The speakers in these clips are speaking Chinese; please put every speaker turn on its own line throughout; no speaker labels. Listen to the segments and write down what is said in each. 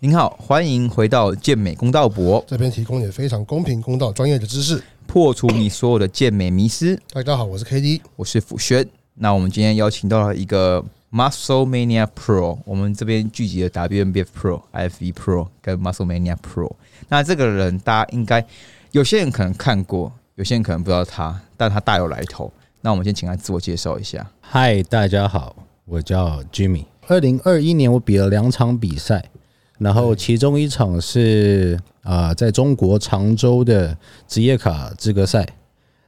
您好，欢迎回到健美公道博，
这边提供也非常公平、公道、专业的知识。
破除你所有的健美迷思。
大家好，我是 KD。
我是傅轩。那我们今天邀请到了一个 Muscle Mania Pro，我们这边聚集了 WMBF Pro、FV Pro 跟 Muscle Mania Pro。那这个人大家应该有些人可能看过，有些人可能不知道他，但他大有来头。那我们先请他自我介绍一下。
嗨，大家好，我叫 Jimmy。二零二一年我比了两场比赛，然后其中一场是啊、呃在中国常州的职业卡资格赛，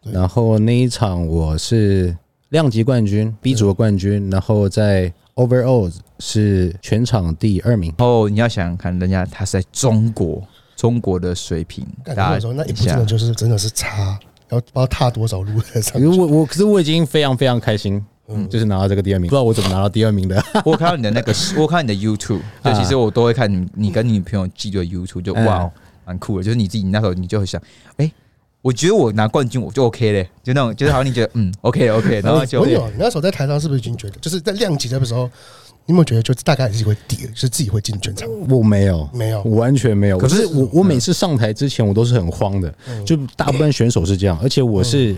对
然后那一场我是量级冠军，B 组的冠军，然后在 Overall 是全场第二名。
然哦后你要想想看，人家他是在中国，中国的水平，
感觉
大
有时
家
候那一
一
步真
下
的就是真的是差，要不知道踏多少路在
可
上
是
面。
我我可是我已经非常非常开心，
嗯
就是拿到这个第二名，不知道我怎么拿到第二名的。
我有看到你的那个，我有看到你的 YouTube，就其实我都会看你，你跟你女朋友记的 YouTube，就
啊嗯
哇，蛮酷的。就是你自己那时候你就会想，哎、我觉得我拿冠军我就 OK 嘞，就那种，就是好像你 觉得嗯 OK 了
哎
OK，了然后就
我有，你那时候在台上是不是已经觉得，就是在量级的时候，你有没有觉得就大概自己会底，是自己会进全场？
我没有，
没有
我完全没有。
可
可
是
是我我每次上台之前，我都是很慌的，就大部分选手是这样，而且我是。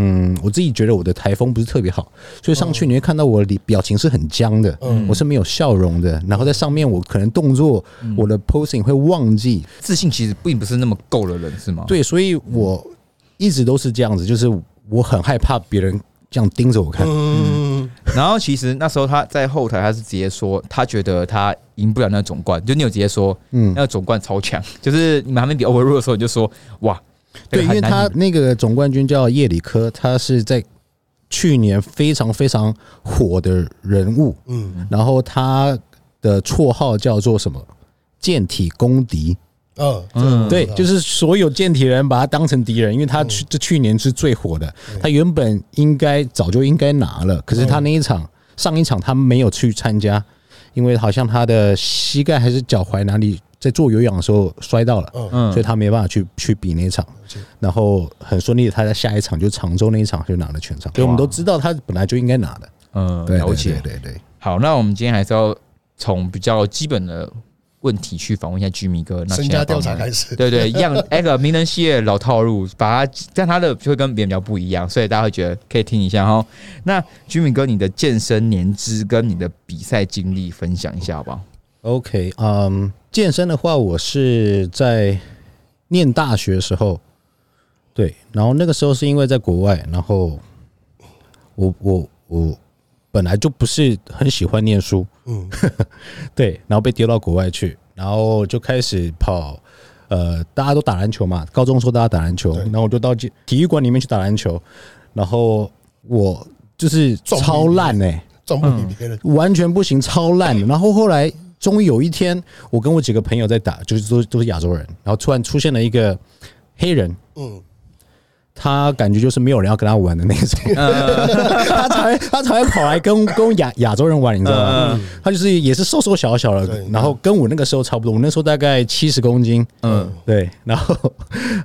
嗯，我自己觉得我的台风不是特别好，所以上去你会看到我的里表情是很僵的，我是没有笑容的。然后在上面，我可能动作、我的 posing 会忘记，
自信其实并不是那么够的人是吗？，
对，所以我一直都是这样子，就是我很害怕别人这样盯着我看。
嗯，
然后其实那时候他在后台，他是直接说他觉得他赢不了那总冠，就你有直接说，嗯，那个总冠超强， 就是你们还没比 Overrule 的时候，你就说哇，
对，因为
他
他那个总冠军叫叶里科，他是在去年非常非常火的人物，
嗯
嗯，然后他的绰号叫做什么？健体公敌，
嗯
嗯
对，就是所有健体人把他当成敌人，因为他去这去年是最火的，他原本应该早就应该拿了，可是他那一场上一场他没有去参加，因为好像他的膝盖还是脚踝哪里在做有氧的时候摔到了，
嗯
所以他没办法去去比那一场，然后很顺利的他在下一场就常州那一场就拿了全场，所以我们都知道他本来就应该拿的，
嗯
对，
了解，
对对对，
好，那我们今天还是要从比较基本的问题去访问一下居民哥，那
身
请
家
他帮
调查
忙
开始
对对，一样那个名人系列老套路，把它但他的就会跟别人比较不一样，所以大家会觉得可以听一下哈。那居民哥，你的健身年资跟你的比赛经历分享一下好不好？
OK，嗯、健身的话，我是在念大学的时候，对，然后那个时候是因为在国外，然后我我我本来就不是很喜欢念书，
嗯，
对，然后被丢到国外去，然后就开始跑。呃，大家都打篮球嘛，高中的时候大家打篮球，然后我就到体体育馆里面去打篮球，然后我就是
撞
超
壁
烂哎、
撞不比别人。
完全不行，超烂的。然后后来终于有一天，我跟我几个朋友在打，就是都都是亚洲人，然后突然出现了一个黑人，
嗯，
他感觉就是没有人要跟他玩的那种， 他才会他才会跑来跟跟亚亚洲人玩，你知道吗？他就是也是瘦瘦小小的
对，
然后跟我那个时候差不多，我那时候大概七十公斤，嗯，对， 然后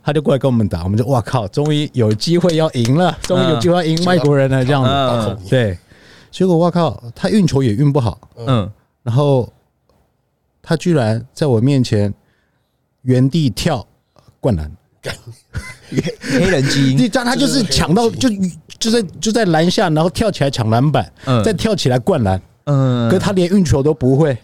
他就过来跟我们打，我们就哇靠，终于有机会要赢了，终于有机会要赢外国人了，这样子，
打孔你
对，结果哇靠，他运球也运不好，
嗯，
然后他居然在我面前原地跳灌篮，
黑人基 因
你知道他就是抢到就就在就在篮下，然后跳起来抢篮板，
嗯
再跳起来灌篮，
嗯
可是他连运球都不会，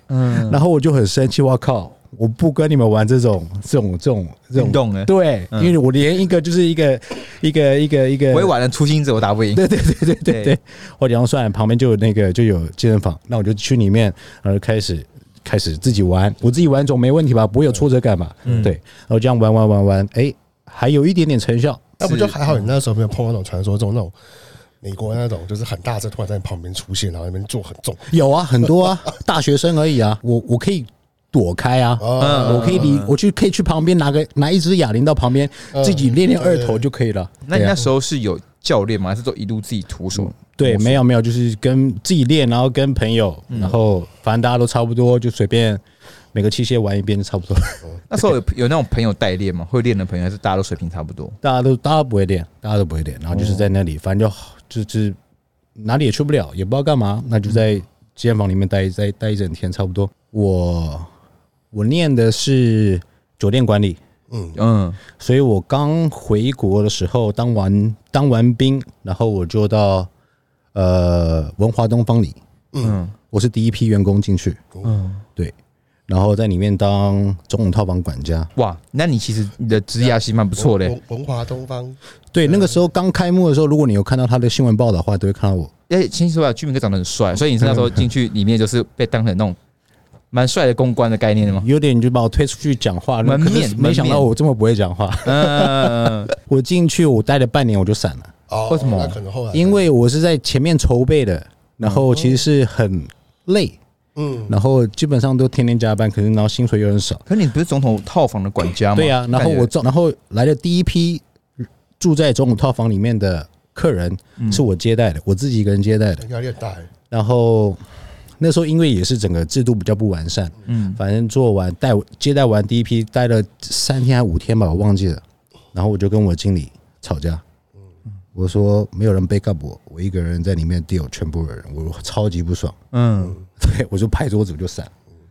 然后我就很生气，我靠！我不跟你们玩这种这种这种这
运
种
动呢
对，因为我连一个就是一个一个一个一个
委婉的初心者我打不赢，
对对对
对
对对对，我讲算了，旁边就有那个就有健身房，那我就去里面，然后就开始开始自己玩，我自己玩总没问题吧，不会有挫折感吧？对，然后这样玩玩玩玩，哎，还有一点点成效，
那不就还好？你那时候没有碰到那种传说中那种美国那种，就是很大声，突然在你旁边出现，然后那边做很重。
有啊，很多啊， 大学生而已啊，我我可以躲开啊，
嗯
哦
我可以离我去可以去旁边拿个拿一支哑铃到旁边自己练练二头就可以了。
那你
对啊
那时候是有教练吗？还是都一路自己徒手？
对，没有没有，就是跟自己练，然后跟朋友，然后反正大家都差不多，就随便每个器械玩一遍就差不多。
那时候有有那种朋友代练吗？会练的朋友还是大家都水平差不多？
大家都大家不会练，大家都不会练，然后就是在那里，反正就就是哪里也去不了，也不知道干嘛，那就在健身房里面待待待一整天，差不多。我我念的是酒店管理，
嗯，
嗯，
所以我刚回国的时候，当完当完兵，然后我就到呃文华东方里，
嗯，
我是第一批员工进去，
嗯，
对，然后在里面当总统套房管家。
哇，那你其实你的职业还是蛮不
不
错的。
文文华东方，
对，那个时候刚开幕的时候，如果你有看到他的新闻报道的话，都会看到我。
而且先说啊，居民哥长得很帅，所以你是那时候进去里面就是被当成那种蛮帅的公关的概念的吗？
有点就把我推出去讲话，
门
可是
面
没想
门
到
面
我这么不会讲话。
嗯，
我进去，我待了半年我就散了，
哦，
为什么
那可能后来，
因为我是在前面筹备的，然
哦
后其实是很累，
嗯，
然后基本上都天天加班，可是然后薪水又很少。
可是你不是总统套房的管家吗？
对啊，然后我中，然后来的第一批住在总统套房里面的客人
嗯
是我接待的，我自己一个人接待的。
压力很大欸，
然后那时候因为也是整个制度比较不完善，
嗯
反正做完带接待完第一批，待了三天还五天吧，我忘记了。然后我就跟我经理吵架，我说没有人 back up 我，我一个人在里面 deal 全部的人，我超级不爽。
嗯，
对，我就拍桌子我就散，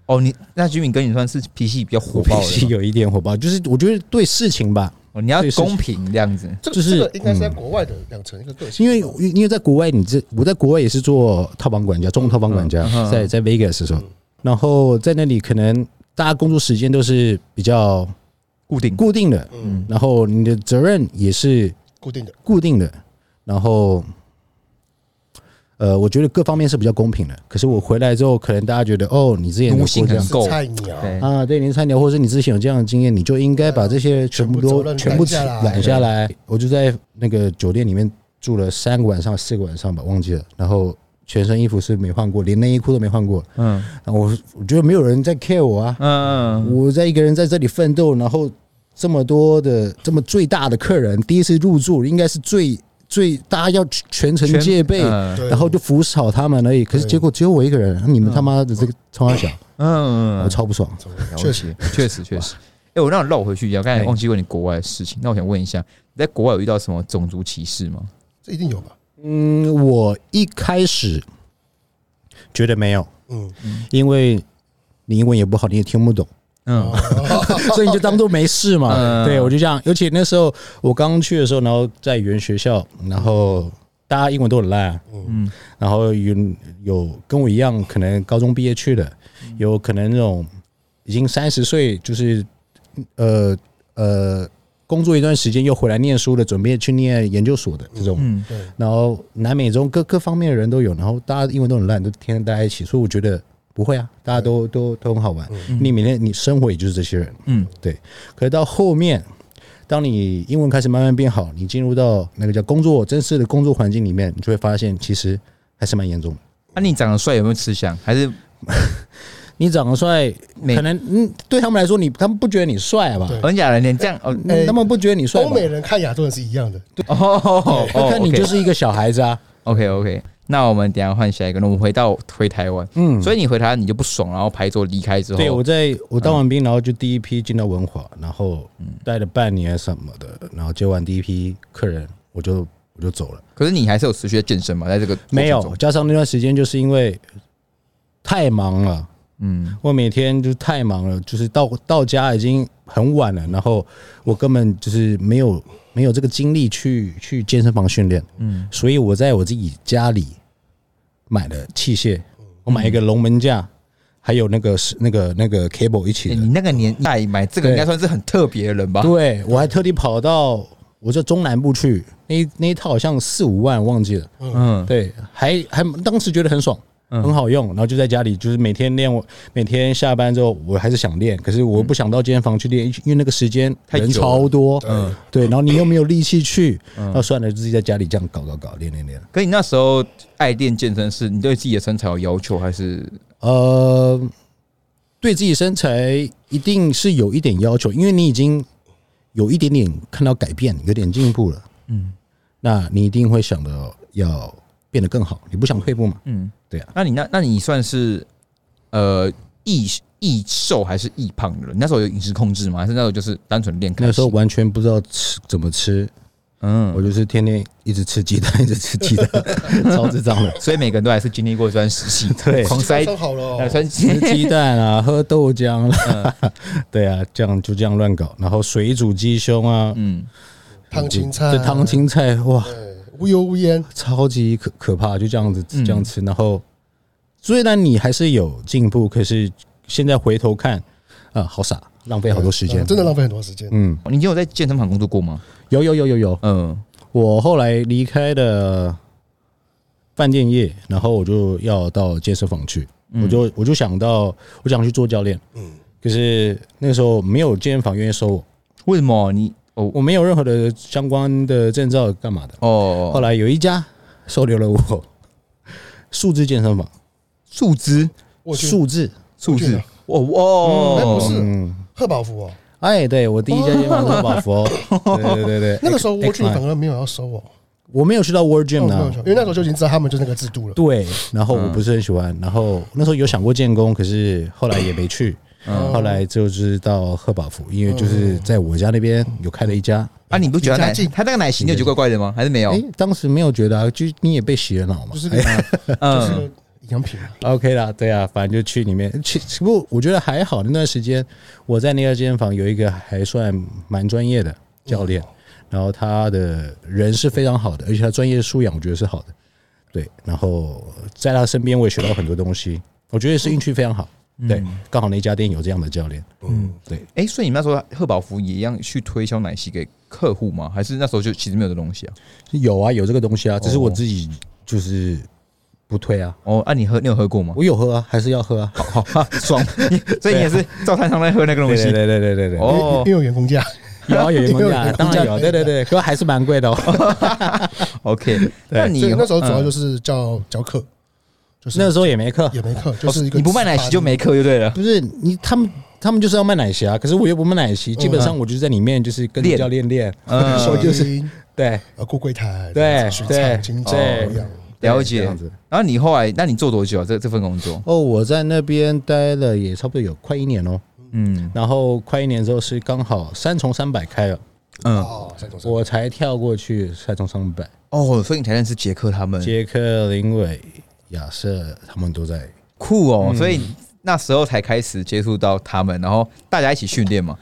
哦，你那居民哥你算是脾气比较火
我
爆
脾
的
气
人吗，
有一点火爆，就是我觉得对事情吧，
哦，你要
对是
公平这样子。
这
就
个
是
这个应该是在国外的养成一个个性，
因为因为在国外，你这我在国外也是做套房管家，中国套房管家，
嗯嗯
在在 Vegas 的时候，然后在那里可能大家工作时间都是比较
固定，
固定的，
嗯
然后你的责任也是
固定的，
固定的，然后呃，我觉得各方面是比较公平的。可是我回来之后，可能大家觉得哦，你之前有
奴
过
性
这样
很够
是菜鸟，
对，
啊，对，零三年，或是你之前有这样的经验，你就应该把这些全部都全
全
部
部
起
责任
揽
揽
下
下
来。我就在那个酒店里面住了三个晚上、四个晚上吧，忘记了。然后全身衣服是没换过，连内衣裤都没换过。
嗯
然后我我觉得没有人在 care 我啊，
嗯，
我在一个人在这里奋斗，然后这么多的这么最大的客人，第一次入住，应该是最最大家要全程
全
戒备。
嗯
对
然后就服侍好他们而已，可是
对
结果只有我一个人，啊你们他妈的这个冲他小，
嗯
我，超不爽。
确实， 确实，确实。哎、我让你绕回去一下，刚才
哎
忘记问你国外的事情。那我想问一下，你在国外有遇到什么种族歧视吗？
这一定有吧？
嗯，我一开始觉得没有，
嗯，
因为你英文也不好，你也听不懂，
嗯
所以你就当做没事嘛。
嗯
对我就这样，而且那时候我刚去的时候，然后在语言学校，然后大家英文都很烂啊，
嗯
然后有有跟我一样，可能高中毕业去的，有可能那种已经三十岁，就是呃呃工作一段时间又回来念书的，准备去念研究所的这种。
嗯，
对，
然后南美洲各各方面的人都有，然后大家英文都很烂，都天天待在一起，所以我觉得不会啊，大家都都都很好玩。
嗯
你每天你生活也就是这些人，
嗯，
对。可是到后面，当你英文开始慢慢变好，你进入到那个叫工作正式的工作环境里面，你就会发现其实还是蛮严重的。
那、啊你长得帅有没有吃香？还是
你长得帅，
美
可能嗯，对他们来说，你他们不觉得你帅吧？
对
很假的？你这样哦
嗯他们不觉得你帅 吧
欧？美人看亚洲人是一 样的，
哦
他看你就是是一个小孩子啊。
OK OK。那我们等一下换下一个，那我们回到回台湾。
嗯，
所以你回台湾你就不爽，然后排桌离开之后，嗯
对，我在我当完兵，然后就第一批进到文华，然后待了半年什么的，然后接完第一批客人，我就我就走了。
可是你还是有持续的健身嘛，在这个过程中
没有，，加上那段时间，就是因为太忙了，
嗯
我每天就太忙了，就是到到家已经很晚了，然后我根本就是没有没有这个精力去去健身房训练，
嗯
所以我在我自己家里买了器械，我买一个龙门
嗯
架，还有那个是那个那个 cable 一起
欸
的。
你那个年代买这个
对
应该算是很特别的人吧？
对，我还特地跑到我这中南部去，那一那一套好像四五万，忘记了。
嗯，
对，还还当时觉得很爽，很好用，然后就在家里，就是每天练我。每天下班之后，我还是想练，可是我不想到健身房去练，因为那个时间
嗯太久
人
了
超多。
嗯
对，然后你又没有力气去，那算了，自己在家里这样搞搞搞，练练练。
可你那时候爱练健身是你对自己的身材有要求，还是
呃，对自己身材一定是有一点要求，因为你已经有一点点看到改变，有点进步了。
嗯
那你一定会想着要变得更好，你不想退步嘛？
嗯，
对啊。
那你那那你算是呃易易瘦还是易胖的人？你那时候有饮食控制吗？还是那时候就是单纯练开
那
心？
时候完全不知道吃怎么吃，
嗯，
我就是天天一直吃鸡蛋，一直吃鸡 蛋，超智障的。
所以每个人都还是经历过这段时期，
对
狂塞
上好了哦，
呃酸
吃
鸡，
鸡蛋啊，喝豆浆啦、 对啊，这样就这样乱搞，然后水煮鸡胸啊，
嗯，
烫青菜，啊
这汤，青菜哇，
对，无油无盐，
超级可可怕，就这样子
嗯
这样吃，然后虽然你还是有进步，可是现在回头看，啊，好傻，浪费好多时间，
嗯真的，浪费很多时间。
嗯，
你有在健身房工作过吗？
有有有有有，
嗯，
我后来离开了饭店业，然后我就要到健身房去，
嗯
我就我就想到我想去做教练，嗯，可是那个时候没有健身房愿意收我，
为什么你哦
我没有任何的相关的证照干嘛的。后
哦，
来有一家收留了我，数字健身房，
树枝
我去
数字，
树
去
枝
了，
哦
哎不
哦，
是
嗯，
贺宝福哦，
哎，对我第一家健身房是宝佛，对对对对，
那个时候我去
X- X-
反而没有要收哦，
我没有去到 World
没有
Gym
哦没有
啊
收，因为那时候就已经知道他们就那个制度了。
对，然后我不是很喜欢，然后那时候有想过建工，可是后来也没去。
嗯
后来就是到贺宝福，因为就是在我家那边有开了一家，
啊，你不觉得
离家
奶
近
他那个奶型就觉得怪怪的吗？还是没有
哎、？当时没有觉得啊，就你也被洗了脑嘛，
就是个就是个
嗯，
营养品啊，
OK 啦，对啊，反正就去里面去。不过我觉得还好，那段时间我在那个健身房有一个还算蛮专业的教练，
嗯
然后他的人是非常好的，而且他专业素养我觉得是好的。对，然后在他身边我也学到很多东西，我觉得是运气非常好。
嗯
对，刚好那家店有这样的教练。嗯，对，
哎，所以你那时候贺宝福也一样去推销奶昔给客户吗？还是那时候就其实没有这东西啊？
有啊，有这个东西啊，只是我
哦
自己就是不推啊。
哦，啊，你喝你有喝过吗？
我有喝啊，还是要喝啊。
好哈 爽，你 所以你也
啊
是照摊上在喝那个东西
对对对对对
哦
因为因为有员工价，
有啊有员工价，
有
当然有，对对对，可还是蛮贵的哦。
？OK，那你嗯
所以那时候主要就是是教教课，就是
嗯那时候也没课，
也没课，就是一
哦
个
你不卖奶昔就没课就对了。
不是你他们他们就是要卖奶昔啊，可是我又不卖奶昔，基本上我就是在里面就是跟着
练
教练练，
嗯，
收
就
银，
对
呃，过柜台，
对
这样子水
对
产清酒
对
一样，
了
对这
解
样子。
然后你后来，那你做多久啊？这这份工作？
哦，我在那边待了也差不多有快一年哦，
嗯
然后快一年之后是刚好三重三百开了，
嗯，
哦，三种
我才跳过去三重三百，
哦，所以你才认识杰克他们，
杰克、林伟、亚瑟他们都在。
酷
嗯
哦！所以那时候才开始接触到他们，然后大家一起训练嘛。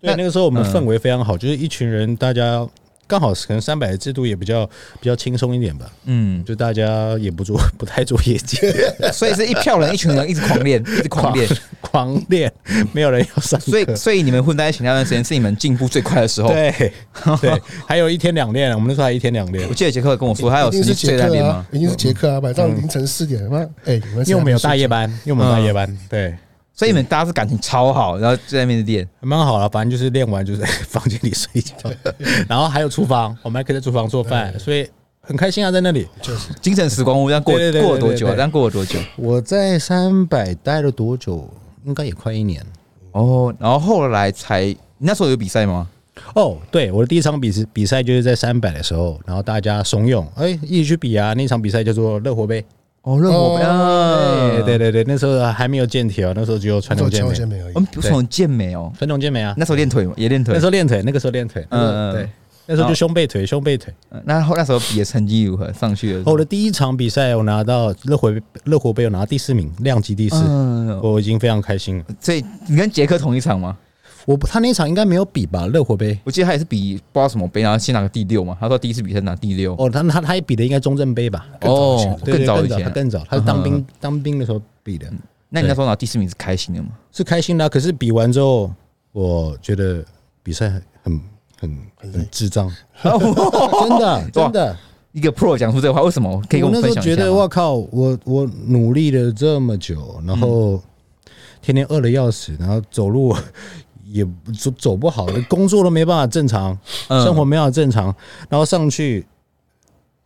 对，
那
那个时候我们
嗯
氛围非常好，就是一群人，大家刚好可能三百的制度也比较比较轻松一点吧，
嗯，
就大家也不做 不太做业绩，
所以是一票人，一群人一直狂 练，一直狂练。
狂练，没有人要上课。
所以，所以你们混在一起那段时间是你们进步最快的时候。
对 对，还有一天两练，我们那时候还一天两 练
我，记得杰克跟我说，他有
一定
曾
是
经
杰
睡在那
克
边
啊
吗，？嗯
一定是杰克啊，晚上凌晨四点，妈，哎，你们
因为我们有大夜
班，
班，因为我们有大夜班，对，
所以你们大家是感情超好，然后就在那边练。
还蛮好了。反正就是 练完就在房间里睡觉， 然后还有厨房，我们还可以在厨房做饭，所以很开心啊，在那里。
就是
精神时光屋，这样过
对对对对
过了多久啊？
对对
这样过了多久？
我在三百待了多久？应该也快一年
哦，然后后来才你那时候有比赛吗？
哦。对，我的第一场比赛比赛就是在三百的时候，然后大家怂恿，哎，一起去比啊。那场比赛叫做热火杯，
哦，热
火杯
啊
对对对对，那时候还没有健体哦，那时候只有传统
做
健
教
美，
健美而已
我。们哦不是很健美哦，
传统健美啊。
那时候练腿吗？也练腿
那时。候练腿，那个时候练腿，
嗯嗯
嗯，对，那时候就胸背腿，胸背腿。哦
嗯那后那时候比的成绩如何？上去了。
我的第一场比赛，我拿到热火热火杯，我拿到第四名，量级第四，
嗯，
我已经非常开心了。
所以你跟杰克同一场吗？
我不，他那场应该没有比吧？热火杯，
我记得他也是比不知道什么杯，然后先拿个第六嘛。他说第一次比赛拿第六。
哦，他他他也比的应该中正杯吧？
哦，
对对
早
更
以
早，他
前。
更早，他是当
嗯
兵当兵的时候比的，
那你那时候拿第四名是开心的吗？
是开心的啊。可是比完之后，我觉得比赛很很很智障，
哦
真的啊真的。
一个 pro 讲出这话，为什么？可以跟
我那
分
时
享
候
一
觉
下
得，
吗？
我靠，我我努力了这么久，然后
嗯
天天饿的要死，然后走路也走走不好，工作都没办法正常，
嗯
生活没办法正常，然后上去，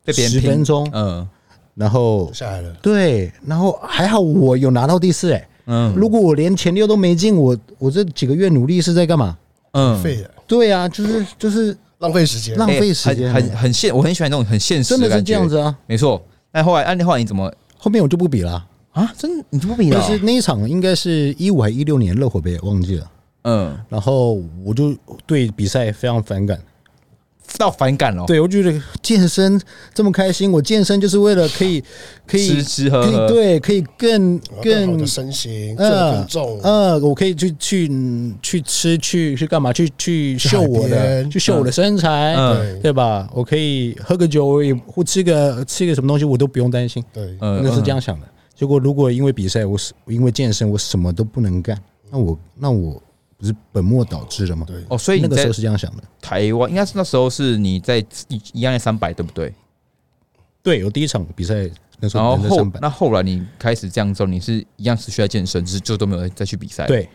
被别人
10
评
分钟
嗯
然后
下来了，
对，然后还好我有拿到第四哎、
嗯
如果我连前六都没进，我我这几个月努力是在干嘛？
嗯，
废了，
对啊，就是就是
浪费时间。
浪
哎
费时间
很很很现，我很喜欢那种很现实
真的是
感觉。
这样子啊。
没错。那后来，那后来你怎么
后面我就不比了啊，
啊？真你不比
就
了？
是那一场应该是一五还一六年热火杯，忘记了。
嗯，
然后我就对比赛非常反感，
到反感了。
对，我觉得健身这么开心，我健身就是为了可以可以
吃吃喝
可以
喝
对，可以更
更好
更
的身
嗯
形，重
呃
更重，
呃，我可以去去嗯去吃去去干嘛？去去
去
秀
海
我的
边
去秀我的身材，
嗯
对
对吧？我可以喝个酒，我也或吃个吃个什么东西，我都不用担心。
对，
嗯
那是这样想的。结果如果因为比赛，我是因为健身，我什么都不能干，那我那我不是本末倒置了吗？
对
哦，所以
那
你
个时
在
候是这样想的。
台湾，应该是那时候是你在一一样三百对不对？
对，我第一场比赛那时
然后
候人在
后
上班，
那后来你开始这样之后，你是一样持续在健身，只是就都没有再去比赛。，
对，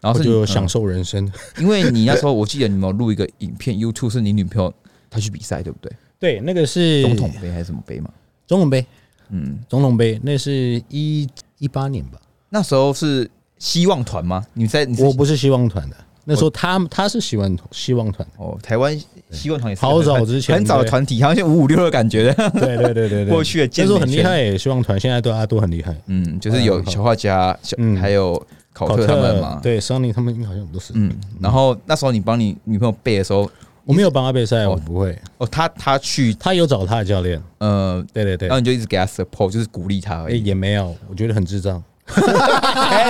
然后哦
我
是你
就享受人生。
嗯因为你那时候我记得你们有录一个影片，YouTube 是你女朋友她去比赛，对不对？
对，那个是
总统杯还是什么杯嘛？
总统杯，
嗯，
总统杯，那是一一八年吧。
那时候是希望团吗？你在你是
我不是希望团的，那时候他他是希望希望团
哦，台湾希望团也是
好
很
早之前
很早的
对
团体，好像五五六的感觉的。
的，对对对 对
过去的
那
健
时候
美
很厉
圈
害、，希望团现在对大家都很厉害，
嗯，就是有小画家，小
嗯
还有考特他们嘛，
对 Sunny 他们好像都是，
嗯，然后那时候你帮你女朋友背的时候，
我没有帮他备赛，我不会，
哦，她她去
他有找他的教练，
呃，
对对对
然后，你就一直给她 support，就是鼓励她而
诶
已。哎
也没有，我觉得很智障，哎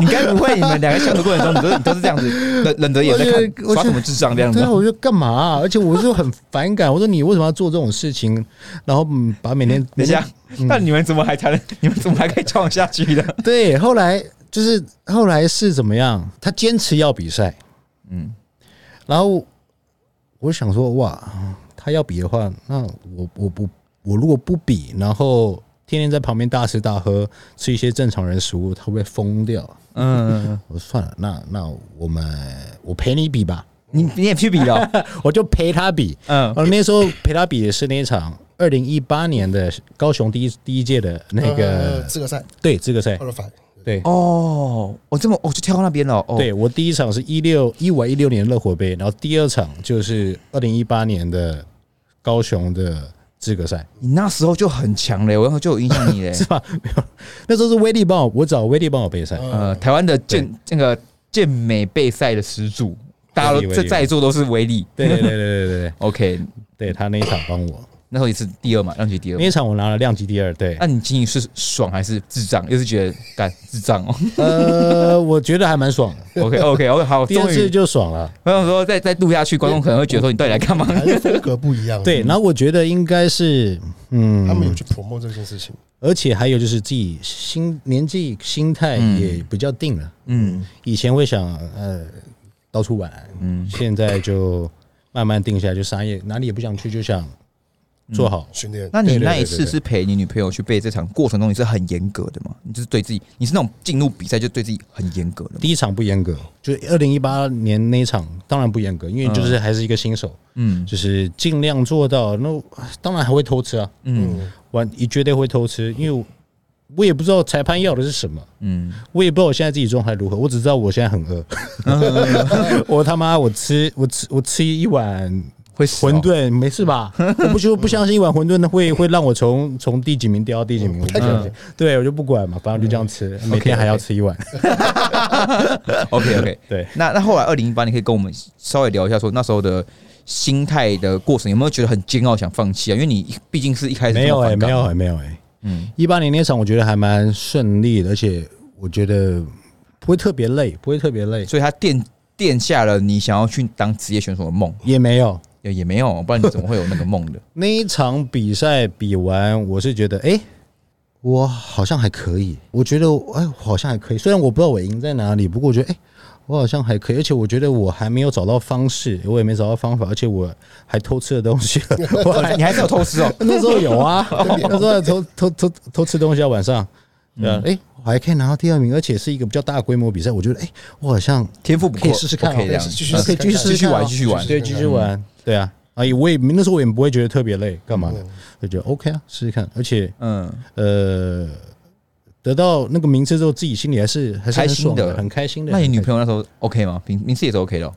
你该不会你们两个相处过程中，你都你都是这样子冷冷着眼在
我觉得
看
我觉得
耍什么智障这样子
对啊，
吗？
我就干嘛啊、而且我就很反感，我说你为什么要做这种事情，然后嗯，把 每天
等一下，
嗯
那你们怎么还谈？你们怎么还可以交往下去的？
对，后来就是后来是怎么样？他坚持要比赛，
嗯，
然后我想说，哇，他要比的话，那我我不我如果不比，然后天天在旁边大吃大喝，吃一些正常人食物，他会不会疯掉。
嗯，
我说算了，那那我们我陪你比吧，
你你也去比了，
我就陪他比。
嗯，
呃，那时候陪他比的是那一场二零一八年的高雄第一第一届的那
呃
个
资格赛
对资格赛
奥，运反，
对
哦，我这么我就跳到那边了，哦，
对我第一场是一六一五一六年的乐活杯，然后第二场就是二零一八年的高雄的资格赛，
你那时候就很强嘞，我那时候就有印象你嘞，
是吧？没有，那时候是威力帮我，我找威力帮我备赛，
嗯
呃，台湾的健那个健美备赛的始祖，大家
威
都
力
在
威力
在座都是威力
对对对对对对，
，OK，
对他那一场帮 我，
那时候也是第二嘛，让你第二
那。一场我拿了量级第二，对
那，你经营是爽还是智障？又是觉得干智障 哦。
呃，我觉得还蛮爽的，
OK OK OK，好，
第
终
二
于
次就爽了，
我想说再再录下去，观众可能会觉得说你到底来干嘛？
还是风格不一样，
对，，然后我觉得应该是，嗯，
他们有去 promote 这件事情，
而且还有就是自己心年纪心态
嗯
也比较定了。
嗯
以前会想呃到处玩，
嗯
现在就慢慢定下来，就啥也哪里也不想去，就想做好。
嗯
训练，
那你
对对对
那一
对
次
对
是陪你女朋友去背这场过程中，你是很严格的吗？你就是对自己，你是那种进入比赛就对自己很严格的吗？
第一场不严格，就二零一八年那一场当然不严格，因为就是还是一个新手，
嗯
就是尽量做到。那当然还会偷吃啊，
嗯
玩也绝对会偷吃，因为我我也不知道裁判要的是什么，
嗯，
我也不知道我现在自己状态如何，我只知道我现在很 饿， 我他妈我吃我吃我吃一碗
会死哦
馄饨没 事吧？我不就不相信一碗馄饨会会让我从从第几名掉到第几名，
嗯
我不相信。对我就不管嘛，反正就这样吃，每天还要吃一碗。
OK OK，
对
那那后来二零一八，你可以跟我们稍微聊一下，说那时候的心态的过程，有没有觉得很煎熬，想放弃啊？因为你一毕竟是一开始
没有
哎、
哎、没有哎、没有哎、
嗯
一八年那场我觉得还蛮顺利的，而且我觉得不会特别累，不会特别累，
所以他垫垫下了你想要去当职业选手的梦，
也没有。
也也没有，啊不然你怎么会有那个梦 的？
那一场比赛比完，我是觉得哎、我好像还可以，我觉得哎、我好像还可以。虽然我不知道我赢在哪里，不过我觉得哎、我好像还可以，而且我觉得我还没有找到方式，我也没找到方法，而且我还偷吃了东西了。 我还。
你还是有偷吃哦
那时候有啊， 那时候偷偷偷偷吃东西啊，晚上。对啊，哎、我还可以拿到第二名，而且是一个比较大规模比赛。我觉得，哎、我好像
天赋不够
可以试试看啊
，OK，这样
可以
继续试
可以继续试试
继续
看啊
玩，继续玩。
对，继续玩，对啊，啊，也我也那时候我也不会觉得特别累，干嘛的
嗯，
就觉得 OK 啊，试试看，而且
嗯，
呃，得到那个名次之后，自己心里还是还是
开
很
心
爽
的
很开心的。
那你女
友
朋友那时候 OK 吗？名名次也是 OK 的哦。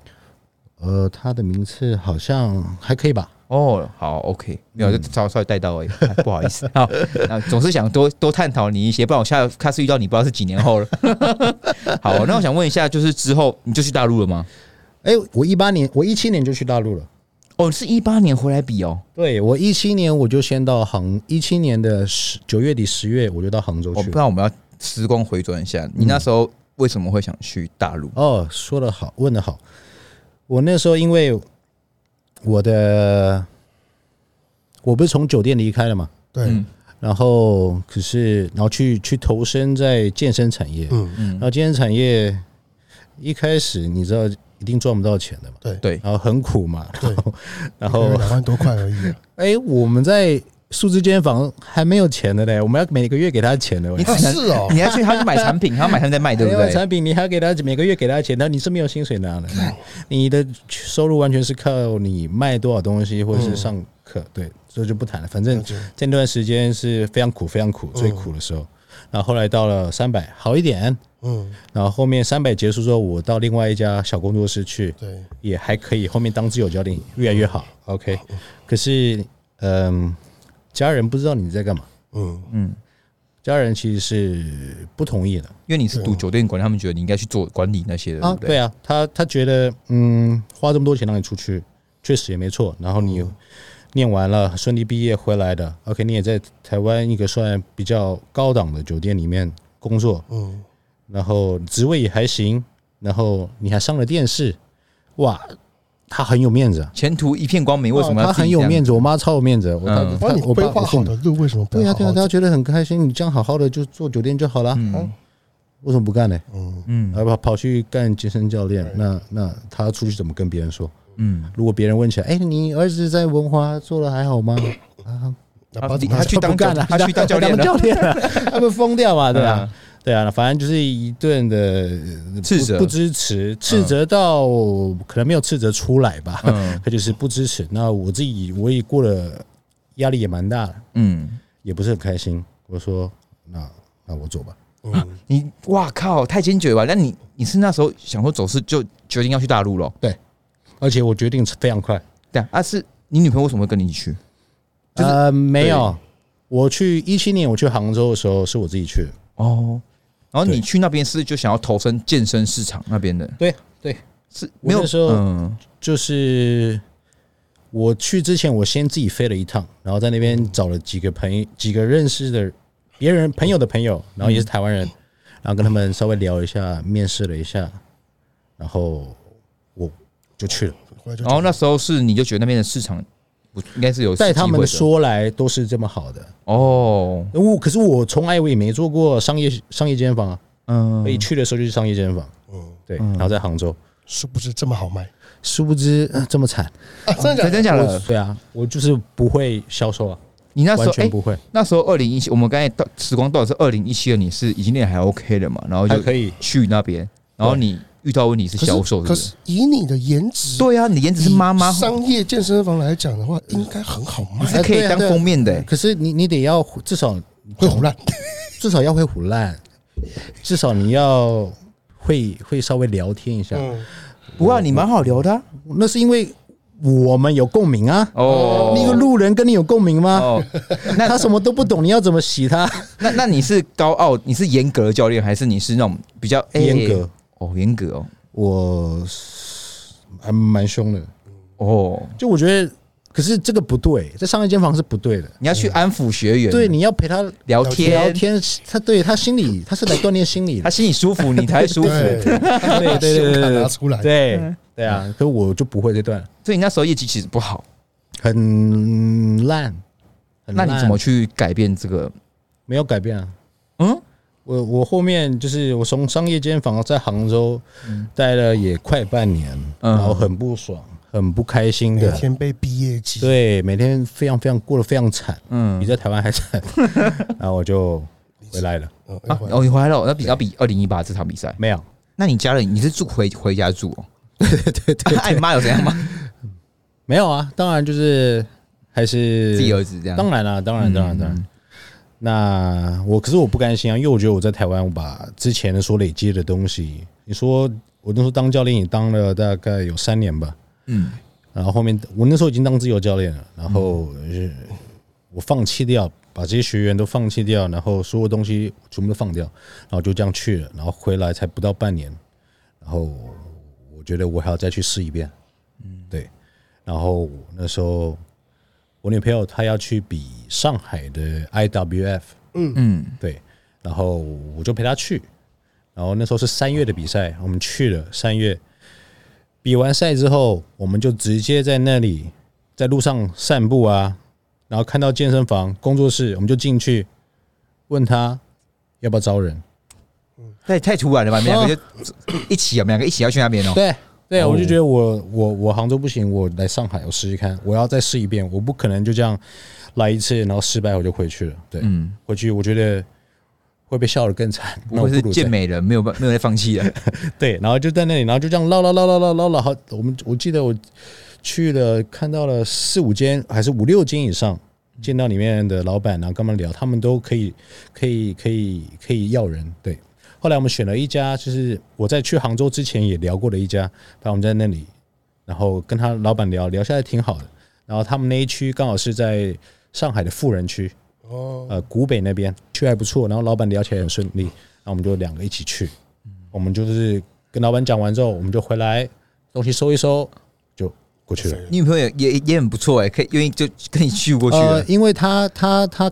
呃，她的名次好像还可以吧？
哦，好，OK，没有就稍稍微带到而已， 哎不好意思。好，那总是想多多探讨你一些，不然我下下次遇到你，不知道是几年后了。 好，那我想问一下，就是之后你就去大陆了吗？
哎、我一八年，我一七年就去大陆了，
哦，是一八年回来比哦，
对我一七年我就先到杭，一七年的十九月底十月我就到杭州
我嗯
去
哦不。然我们要时光回转一下，你那时候为什么会想去大陆？
哦，说得好，问得好。我那时候因为我的，我不是从酒店离开了嘛，
对，
嗯
然后可是然后去去投身在健身产业，
嗯，
然后健身产业一开始你知道一定赚不到钱的嘛，
对，
嗯对，
然后很苦嘛，
对
然后然
一个月
后
两万多块而已
哦
啊，
哎、我们在数字间房还没有钱的嘞，我们要每个月给他钱的，
你
啊
只能
是哦
你还去他去买产 品，他买产品再卖，对不
没有
对？
产品你还给他每个月给他钱，但你是没有薪水拿的，
哎
你的收入完全是靠你卖多少东西或者是上课，
嗯
对，这就不谈了。反正
了解
这段时间是非常苦，非常苦，最苦的时
嗯
候。然后后来到了三百好一点，
嗯，
然后后面三百结束之后，我到另外一家小工作室去，
对，
也还可以，后面当自由教练越来越好。OK，可
嗯
是嗯，家人不知道你在干嘛，
嗯，
家人其实是不同意的。
因为你是读酒店管理，他们觉得你应该去做管理那些的，对
啊，
不
对
对？
啊，他他觉得嗯，花这么多钱让你出去，确实也没错。然后你念完了，顺利毕业回来的，OK，你也在台湾一个算比较高档的酒店里面工作，
嗯，
然后职位也还行，然后你还上了电视，哇，他很有面子啊。
前途一片光明，为什么
哇
要
他
自己
很有
这样
面子，我妈超有面子，我
嗯
他
把你
我
规
爸
划
我父
好
母
的路为什么不
对
啊
要
呀
好
对呀，啊
好
他觉得很开心，你这样好好的就做酒店就好了，
哦
啊为什么不干呢？
嗯
嗯
而跑跑去干健身教练，那那他出去怎么跟别人说？
嗯，
如果别人问起来，哎、你儿子在文华做的还 好吗？啊，
那把怎么
他去
不
当
干了，
他去当教练 了
他们教练了， 他们疯掉嘛，对吧、对啊，反正就是一顿的呃
斥责
不不支持，斥责到、可能没有斥责出来吧，
嗯
他就是不支持。那我自己我也过了，压力也蛮大的，
嗯，
也不是很开心。我说那那我走吧，
嗯，
你哇靠，太坚决吧？那你你是那时候想说走是就决定要去大陆了？
而且我决定非常快。
对啊，啊是你女朋友为什么会跟你一起去？就是
呃，没有，我去一七年我去杭州的时候是我自己去的。
哦，然后你
对
去那边是就想要投身健身市场那边的，
对对，
是
我
没有
那时候
嗯
就是我去之前，我先自己飞了一趟，然后在那边找了几个朋友、几个认识的别人朋友的朋友，然后也是台湾人，然后跟他们稍微聊一下，面试了一下，然后我就去了。
回来就
然后那时候是你就觉得那边的市场不应该是有
在他们的
机会
说来都是这么好的，
哦，
我可是我从来我也没做过商业商业健身房啊，所以
嗯，
去的时候就是商业健身房，
嗯，
对，然后在杭州，
殊不知这么好卖，
殊不知呃这么惨，
啊真的
真
假
的
的？
假的？
我对啊，我就是不会销售啊，
你那时
完
候哎
全，不会，
那时候二零一七，我们刚才到时光到底是二零一七的，你是已经练得还 OK 了嘛？然后
还
就
可以。
去那边，然后你遇到问题是
可是
销售，
可
是不是
是以你的颜值，
对啊，你的颜值是妈妈
以，商业健身房来讲的话，应该很好
你
卖，
是可以当封面的、欸。
可是你你得要至少
会胡乱。
至少要会胡烂，至少你要会会稍微聊天一下。
嗯，
不过你蛮好聊的啊、
那是因为我们有共鸣啊。
哦。
你一个路人跟你有共鸣吗？
哦，
他什么都不懂，你要怎么 洗他？
那那你是高傲，你是严格的教练，还是你是那种比较哎
严格
哦，严格哦，
我是还蛮凶的，
哦，
就我觉得，可是这个不对，在商业间房是不对的。
你要去安抚学员，
对，你要陪他
聊
聊
天，
天，他对他心里他是来锻炼心理
他
的。
心里舒服，你才会舒 服。
对，
对对对
信用卡
对
拿出来
对对对啊！可我就不会这段。
所以你那时候业绩其实不好，
很烂，很
那
烂
你怎么去改变这个？
没有改变啊？
嗯，
我我后面就是我从商业间房在杭州待了也快半年，
嗯
然后很不爽，很不开心
每
的，
天被毕业季，
对，每天非常非常过得非常惨，
嗯
比在台湾 还惨，然后我就回来了，
嗯，
啊，哦，你回来了，那比要比二零一八这场比赛，
没有，
那你家人你是住回回家住哦？对对 对，哎，你妈有怎样吗？
没有啊，当然就是还是
自己儿子这样，嗯
当然啦、当然，当然，当然。那我可是我不甘心啊，因为我觉得我在台湾，我把之前的所累积的东西，你说我那时候当教练也当了大概有三年吧，
嗯
然后后面我那时候已经当自由教练了，然后是我放弃掉，把这些学员都放弃掉，然后所有东西全部都放掉，然后就这样去了，然后回来才不到半年，然后我觉得我还要再去试一遍，嗯，对，然后那时候我女朋友她要去比上海的 IWF，
嗯，
对，然后我就陪她去。然后那时候是三月的比赛，我们去了三月。比完赛之后，我们就直接在那里在路上散步啊，然后看到健身房、工作室，我们就进去问他要不要招人。
太太突然了吧？我们两个就一起，我们两个一起要去那边哦。
对对，
哦
我就觉得我我我杭州不行，我来上海我试试看，我要再试一遍，我不可能就这样来一次，然后失败我就回去了。对，
嗯，
回去我觉得会被笑得更惨，
不
那我
会
不
是
如
健
再
美人，没有办没有在放弃 了。
对，然后就在那里，然后就这样唠唠唠唠唠唠唠，好，我们我记得我去了看到了四五间还是五六间以上，见到里面的老板，然后跟他们聊，他们都可以可以可以可以要人，对。后来我们选了一家，就是我在去杭州之前也聊过的一家，反正我们在那里，然后跟他老板聊聊下来挺好的。然后他们那一区刚好是在上海的富人区，
哦，
呃古北那边去还不错，然后老板聊起来很顺利，那我们就两个一起去，我们就是跟老板讲完之后，我们就回来东西收一收就过去了。
女朋友也也也很不错哎，可以愿意就跟你去过去
呃
了，。
因为他他他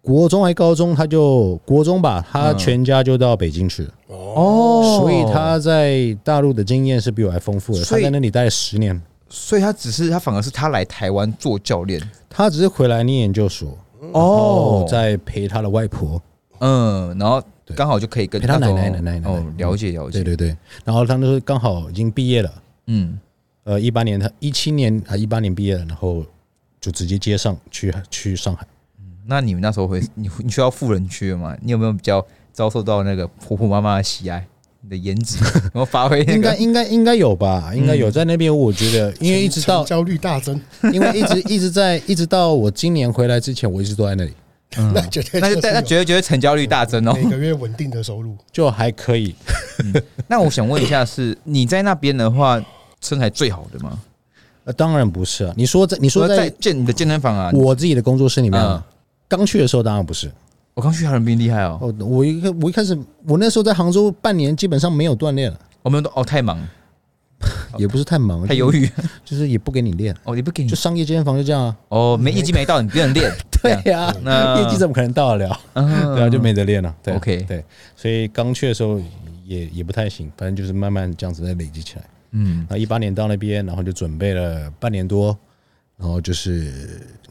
国中还高中，他就国中吧，他全家就到北京去了，
哦
所以他在大陆的经验是比我还丰富的，他
所以
在那里待了十年，
所以他只是他反而是他来台湾做教练
他只是回来念研究所，哦，在陪他的外婆。
嗯，然后刚好就可以跟
陪他
那种
奶奶奶奶奶奶
哦了解了解，
对对对，然后他那时候刚好已经毕业了。
嗯，
呃，一八年他一七年啊，一八年毕业了，然后就直接接上去去上海。
那你们那时候会你你去到富人区了吗？你有没有比较遭受到那个婆婆妈妈的喜爱？你的颜 值然后发挥那
应该
个嗯
应该应该有吧，应该有在那边。我觉得，因为一直到，
焦虑大增，
因为一直一直在，一直到我今年回来之前，我一直都在那里，
那绝
嗯
对
那就
就
是但那
有
绝对觉得成交率大增哦。
每个月稳定的收入，
就还可以。
那我想问一下是，你在那边的话，身材最好的吗？
呃，当然不是啊，你说在你说
说在
在
健你的健身房啊，
我自己的工作室里面啊
嗯，
刚去的时候当然不是。
我刚去哈人比你厉害哦，
哦，我一开我一开始我那时候在杭州半年基本上没有锻炼了，
我们都哦太忙
也不是太忙，
太犹豫
就是也不给你练，
哦，你不给你
就商业健身房就这样啊。
哦，没业绩没到，你不能练。
对呀
那，
业绩怎么可能到得了？
嗯
对啊，就没得练了。对
OK
对，所以刚去的时候也也不太行，反正就是慢慢这样子再累积起来。
嗯
那一八年到那边，然后就准备了半年多，然后就是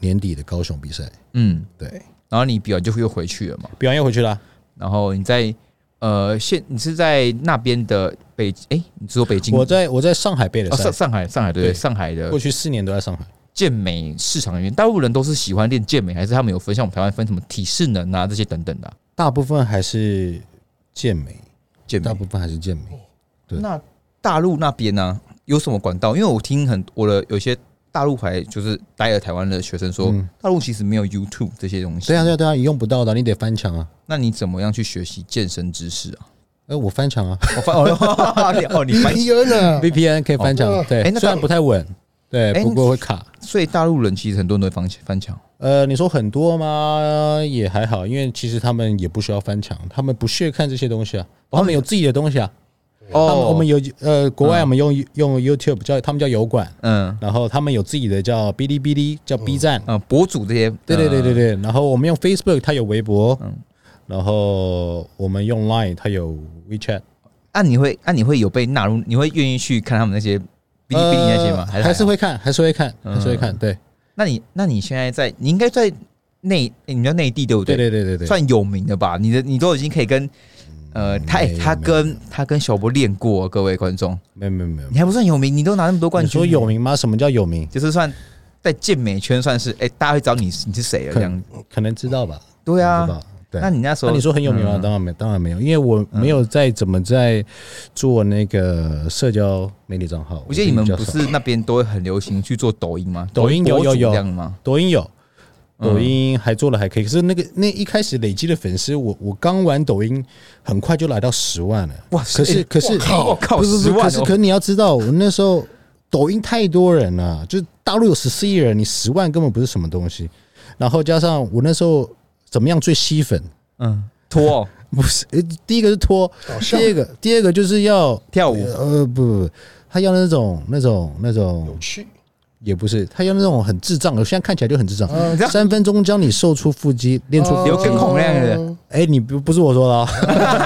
年底的高雄比赛，
嗯，
对，
然后你比完就又回去了嘛，
比完又回去了。
然后你在呃现你是在那边的北哎，你是说北京？
我在我在上海备
哦
的赛
上，呃上海上海对
对
上海的
过去四年都在上海。
健美市场里面，大部分人都是喜欢练健美，还是他们有分像我们台湾分什么体适能啊这些等等的啊
大部分还是健美，
健
大
美？
部分还是健美。对
那大陆那边呢有什么管道？因为我听很我的有些大陆牌就是待在台湾的学生说，
嗯
大陆其实没有 YouTube 这些东西。
对啊，对啊，对啊，你用不到的，你得翻墙啊。
那你怎么样去学习健身知识啊？
哎，我翻墙啊
我翻 哦，你哦你翻
一人呢，
，VPN 可以翻墙
哦，
对
哎那，
虽然不太稳，对，
哎
不过会卡。
所以大陆人其实很多人都会翻翻墙，
呃，你说很多吗？也还好，因为其实他们也不需要翻墙，他们不屑看这些东西啊，他们有自己的东西啊。
哦
他们我们有呃，国外我们用、用 YouTube 叫他们叫油管，
嗯
然后他们有自己的叫哔哩哔哩，叫 B 站。
嗯博主这些，
对对对对
对，
对，然后我们用 Facebook，它有微博，
嗯
然后我们用 Line，它有 WeChat。
那呃啊你会那你会有被纳入？你会愿意去看他们那些哔哩哔哩那些吗？
呃
还
还
是
是
会？
会看，还是会看，
嗯
还是会看。对
那你那你现在在你应该在内，诶你在内地对不
对对对对对，
算有名的吧？你的你都已经可以跟呃，他
没有
他
没有
跟他跟小波练过，啊各位观众，
没有没有没有
你。还不算有名，你都拿那么多冠
你
军，
说有名吗？什么叫有名？
就是算在健美圈算是哎、大家会找你是你是谁啊了这样。
可能知道吧？
对
可能知
啊，
道。对，
那你那时候
那你说很有名吗？
嗯
当然没，当然没有，因为我没有在怎么在做那个社交媒体账号。
我记得你们
比较
不
少
是那边都会很流行去做抖音吗？
抖音有
博主
有有
这样吗？
抖音有，
嗯
抖音还做的还可以，可是那个那一开始累积的粉丝，我我刚玩抖音，很快就来到十万了。
哇
可是
哎
可是
我靠
我靠，
不是不
十
是，
万
可
哦！
是可是你要知道，我那时候抖音太多人了，就是大陆有十四亿人，你十万根本不是什么东西。然后加上我那时候怎么样最吸粉？
嗯，脱哦
不是，呃第一个是拖，
搞笑
第二个第二个就是要
跳舞
呃不不不，他要那种那种那种
有趣，
也不是，他要那种很智障的，现在看起来就很智障。
呃
你知道
三分钟教你瘦出腹肌，练
哦
出腹
有
肌
跟。孔亮的，
哎、你不不是我说的、哦，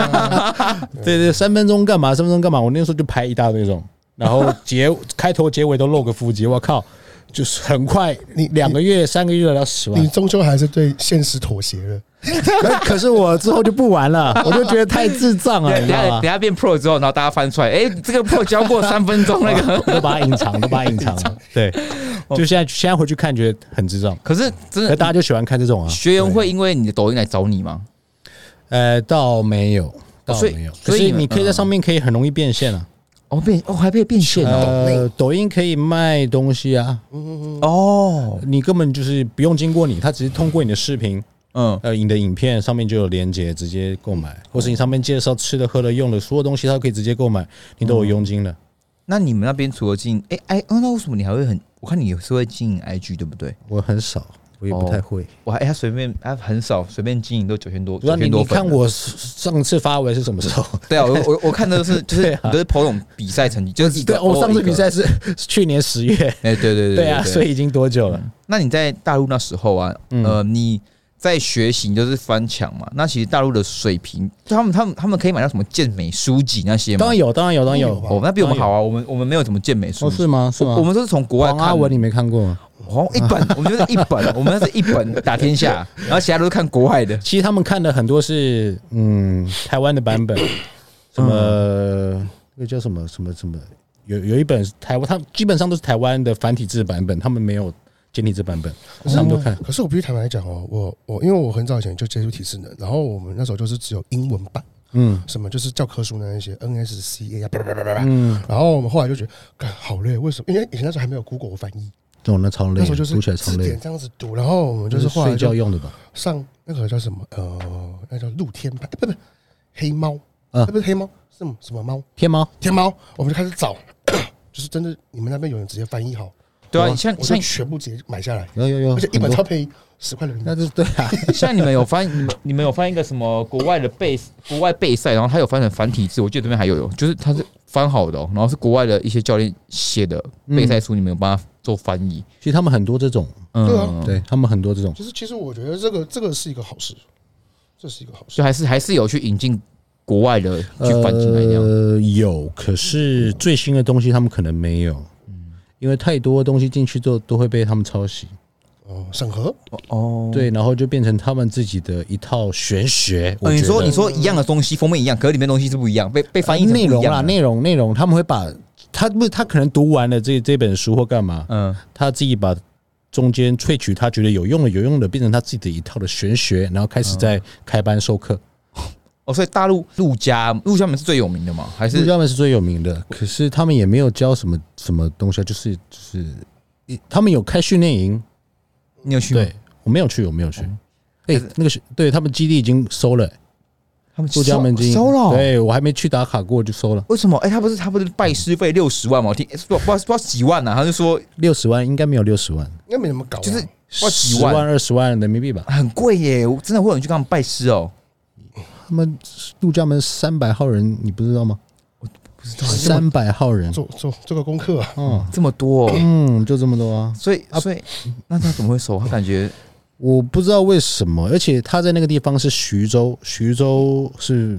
对对，三分钟干嘛？三分钟干嘛？我那时候就拍一大堆那种，然后结开头结尾都露个腹肌，我靠，就是很快，
你
两个月、三个月要十
你
万。
终究还是对现实妥协了。
可 可是我之后就不玩了，我就觉得太智障了，
等
你
一
知
下
道
等
吗
一？下变 pro 之后，然后大家翻出来，哎，这个 pro 教过三分钟那 个。
我都把它隐藏，都把它隐 藏了。对，
哦
就现在现在回去看，觉得很智障。
可是 真
可
的，
大家就喜欢看这种啊。
学员会因为你的抖音来找你吗？
呃，倒没有，倒
所以
没有。
所
可
以
是
你们
你可嗯以在上面可以很容易变现啊。
哦，变哦，还被变现哦。
呃，抖音可以卖东西啊，
哦，
你根本就是不用经过你，他只是通过你的视频，
嗯，
呃，你的影片上面就有链接，直接购买，或是你上面介绍吃的、喝的、用的所有东西，他都可以直接购买，你都有佣金的。
那你们那边除了进，哎哎，哦那为什么你还会很？我看你有时候会经营 IG 对不对？
我很少，我也不太会。
哇，哎，他随便，他很少随便经营都九千多，
不
九
然
千
你
多
你
粉
看
了。
我上次发文是什么时 候？
对啊，我我我看 的是就是
对啊
你都是跑那种比赛成绩，就是一个
对，我
哦
上次
一个
比赛是是去年十月。
哎，对对
对啊，所
以
以已嗯经多久了？
那你在大陆那时候啊，呃，你在学习你就是翻墙嘛？那其实大陆的水平，就他们他们他们可以买到什么健美书籍那些吗？
当然有，当然有，当然有。
哦，那比我们好啊，我们我们没有什么健美书
哦，
籍
是吗？是吗？
我们都是从国外
王
看
阿文你没看过吗？
好 像一本，我们就是一本，我们那是一本打天 下，然后其他都是看国外的。
其实他们看的很多是嗯台湾的版 本，什么那个叫什么什么什么，有有一本是台湾，他们基本上都是台湾的繁体字版本，他们没有简体字版本，
可是
他们都看。
嗯可是我必须坦白讲哦，我我因为我很早以前就接触体适能，然后我们那时候就是只有英文版，
嗯
什么就是教科书那一些 NSCA 啊，叭叭叭叭叭
嗯，
然后我们后来就觉得，干好累，为什么？因为以前那时候还没有 Google 翻译，
这种那超累，
那时候就是
读起来超
字
累
典，这样子读，然后我们
就
就是
是
后来
睡
就
觉用的吧？
上那个叫什么呃，那叫露天派，哎不不，黑猫，
啊
啊，不是黑猫，是什么什么猫？
天猫
天猫，我们就开始找， 就是真的，你们那边有人直接翻译好，
对啊，
我
像
我就
像
全部直接买下来，
有有有，
而且一本
嗯很
超
多
便宜，十块人民币
那。就是对啊，
像你们有翻，你们你们有翻一个什么国外的备国外备赛，然后他有翻成繁体字，我记得这边还有有，就是他是翻好的、哦，然后是国外的一些教练写的备赛书，你们有帮他做翻译。
其实他们很多这种，
嗯，
对啊
对他们很多这种，
就是其实我觉得这个这个是一个好事，这是一个好事
就。还是还是有去引进国外的去翻进来这样。
呃，有，可是最新的东西他们可能没有，因为太多东西进去之后都会被他们抄袭。
哦，审核
哦，
对，然后就变成他们自己的一套玄学。我
呃你
觉
说
得
你说一样的东西，封面一样，可是里面东西是不一样，被被翻译成不啊
内
一
容
样
啦，
的
内容内容，他们会把他不他可能读完了这这本书或干嘛，
嗯，
他自己把中间萃取他觉得有用的有用的，变成他自己的一套的玄学，然后开
嗯
始在开班授课。
哦，所以大陆陆家陆家门是最有名的嘛？还
陆
是
家门是最有名的，可是他们也没有教什么什么东西啊，就是就是一他们有开训练营，
你有去吗
对？我没有去，我没有去。
哦
哎、那个是对他们基地已经收了、
他们
陆家门已经
收了哦，
对我还没去打卡过就收了。
为什么？哎、他不是他不是拜师费六十万吗？我听、欸、不知道不知道不知道几万呢、啊，他就说
六十万应该没有六十万，
应该没怎么搞啊，
就是不知道
十
几
万
万，
二十万人民币吧。
很贵耶！我真的会有人去他们拜师哦。
他们陆家门三百号人，你不知道吗？
不知道
三百号人，
做做做个功课啊。
嗯
这么多、哦，
嗯，就这么多啊。
所以所以那他怎么会收？他感觉
我不知道为什么，而且他在那个地方是徐州，徐州是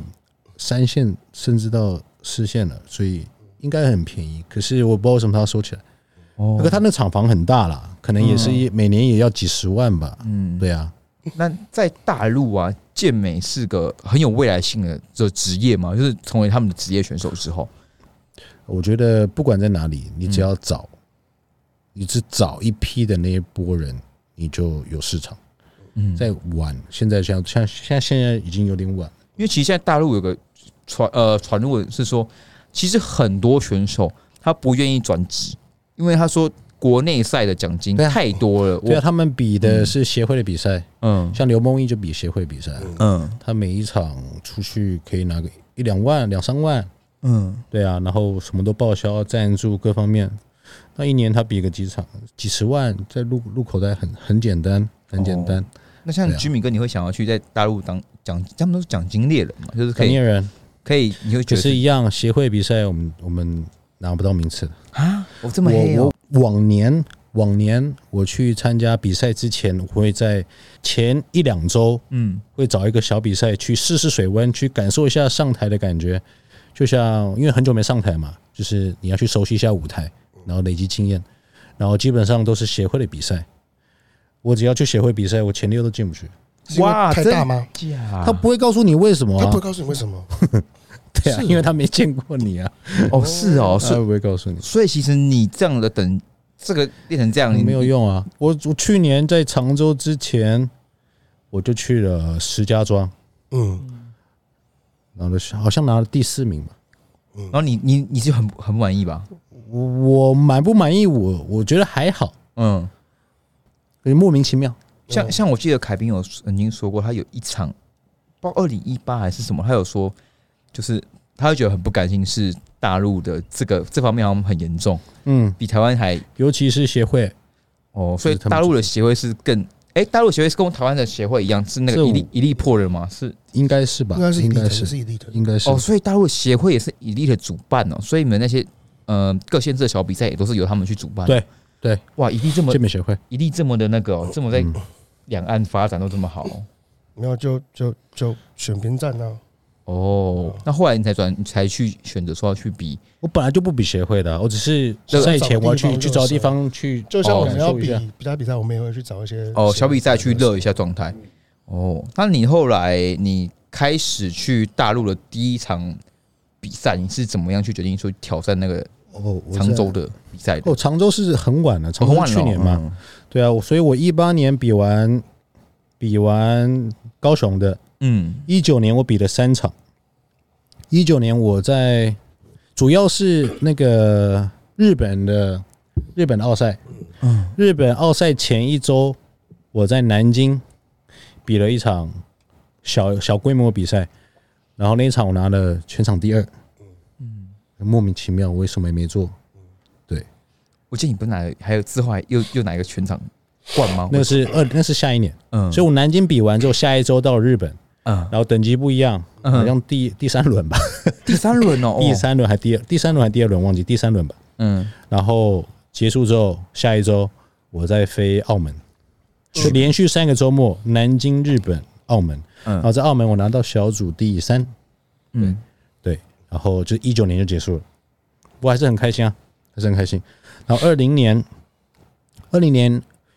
三线甚至到四线了，所以应该很便宜。可是我不知道为什么他要收起来。
哦
可，他那厂房很大啦，可能也是一每年也要几十万吧。
嗯，
对啊，
那在大陆啊，健美是个很有未来性的这职业嘛，就是成为他们的职业选手之后，
我觉得不管在哪里，你只要找，
嗯
你只找一批的那一波人，你就有市场。
嗯，
在晚，现在像像现在现在已经有点晚，
因为其实现在大陆有个传呃传闻是说，其实很多选手他不愿意转职，因为他说国内赛的奖金
对啊
太多了，
对啊，
我
他们比的是协会的比赛，
嗯
像刘梦一就比协会比赛，
嗯
他每一场出去可以拿个一两万、两三万，
嗯，
对啊，然后什么都报销、赞助各方面，那一年他比个几场几十万，在入入口袋很很简单，很简单，
那像
对啊
居米哥，你会想要去在大陆当奖，他们都是奖金猎人嘛，就是可
肯
以
定人。
可以，你会觉
可
得
是，一样，协会比赛我们我们拿不到名次的。
啊，我这么黑
我
哦，
我往年往年我去参加比赛之前，我会在前一两周
嗯，
会找一个小比赛去试试水温，去感受一下上台的感觉。就像因为很久没上台嘛，就是你要去熟悉一下舞台，然后累积经验。然后基本上都是协会的比赛，我只要去协会比赛，我前六都进不去。
是因为太大吗？
真的假？
他不会告诉你为什么、
他不会
啊，
告诉你为什 么。
对啊，因为他没见过你啊，
哦，是哦，
他
所以
不会告诉你。
所以其实你这样的等这个练成这样，你
没有用啊！我我去年在常州之前，我就去了石家庄，
嗯
然后好像拿了第四名吧。
嗯
然，后你你你是很很满意吧？
我我满不满意？我我觉得还好，
嗯，
可是莫名其妙。
像
嗯
像我记得凯宾有曾经说过，他有一场，不知道二零一八还是什么，他有说，就是他会觉得很不甘心，是大陆的这个这方面好像很严重，
嗯，
比台湾还
尤其是协会，
哦，所以
是他们
大陆的协会是更哎、大陆协会是跟台湾的协会一样，是那个
这
一粒
我
一粒破人吗？是
应该是吧？
应该是一
应
例
该
的，
是
是一例的。
应该是
哦，。所以大陆的协会也是一粒的主办哦，所以你们那些呃各县市的小比赛也都是由他们去主办，
对对，
哇，一粒这么
健美协会，
一粒这么的那个、哦，这么在
嗯
两岸发展都这么好哦。
然后就就就选边站啊，
哦，那后来你才转，你才去选择说要去比
我本来就不比协会的啊，我只是
对
赛前我要
找
去
个地方
去找地方去，
就像我们要比
哦感受一下
比赛比赛，我们也会去找一些
啊
哦小比赛去热一下状态。哦，那你后来你开始去大陆的第一场比赛，你是怎么样去决定说挑战那个
哦，我
常州
在
的比赛的？
哦，常州是很晚了，常
很
州
晚了
去年嘛，
嗯
对啊，我所以我一八年比完比完高雄的，
嗯
一九年我比了三场，一九年我在主要是那个日本的日本的奥赛，
嗯
日本奥赛前一周我在南京比了一场小小规模比赛，然后那一场我拿了全场第二，
嗯，
莫名其妙我为什么也没做？
我记得你不是拿还有之后还又又拿一个全场冠吗？
那个是二，那是下一年，
嗯，
所以我南京比完之后，下一周到日本。
嗯
然后等级不一样，
嗯
好像第第三轮吧，
第三轮哦，哦
第三轮还第二，第三轮还第二轮忘记第三轮吧。
嗯
然后结束之后，下一周我再飞澳门，就连续三个周末，南京、日本、澳门。
嗯
然后在澳门我拿到小组第三，
嗯
对，然后就一九年就结束了，我还是很开心啊，还是很开心。然后二零年，二零年，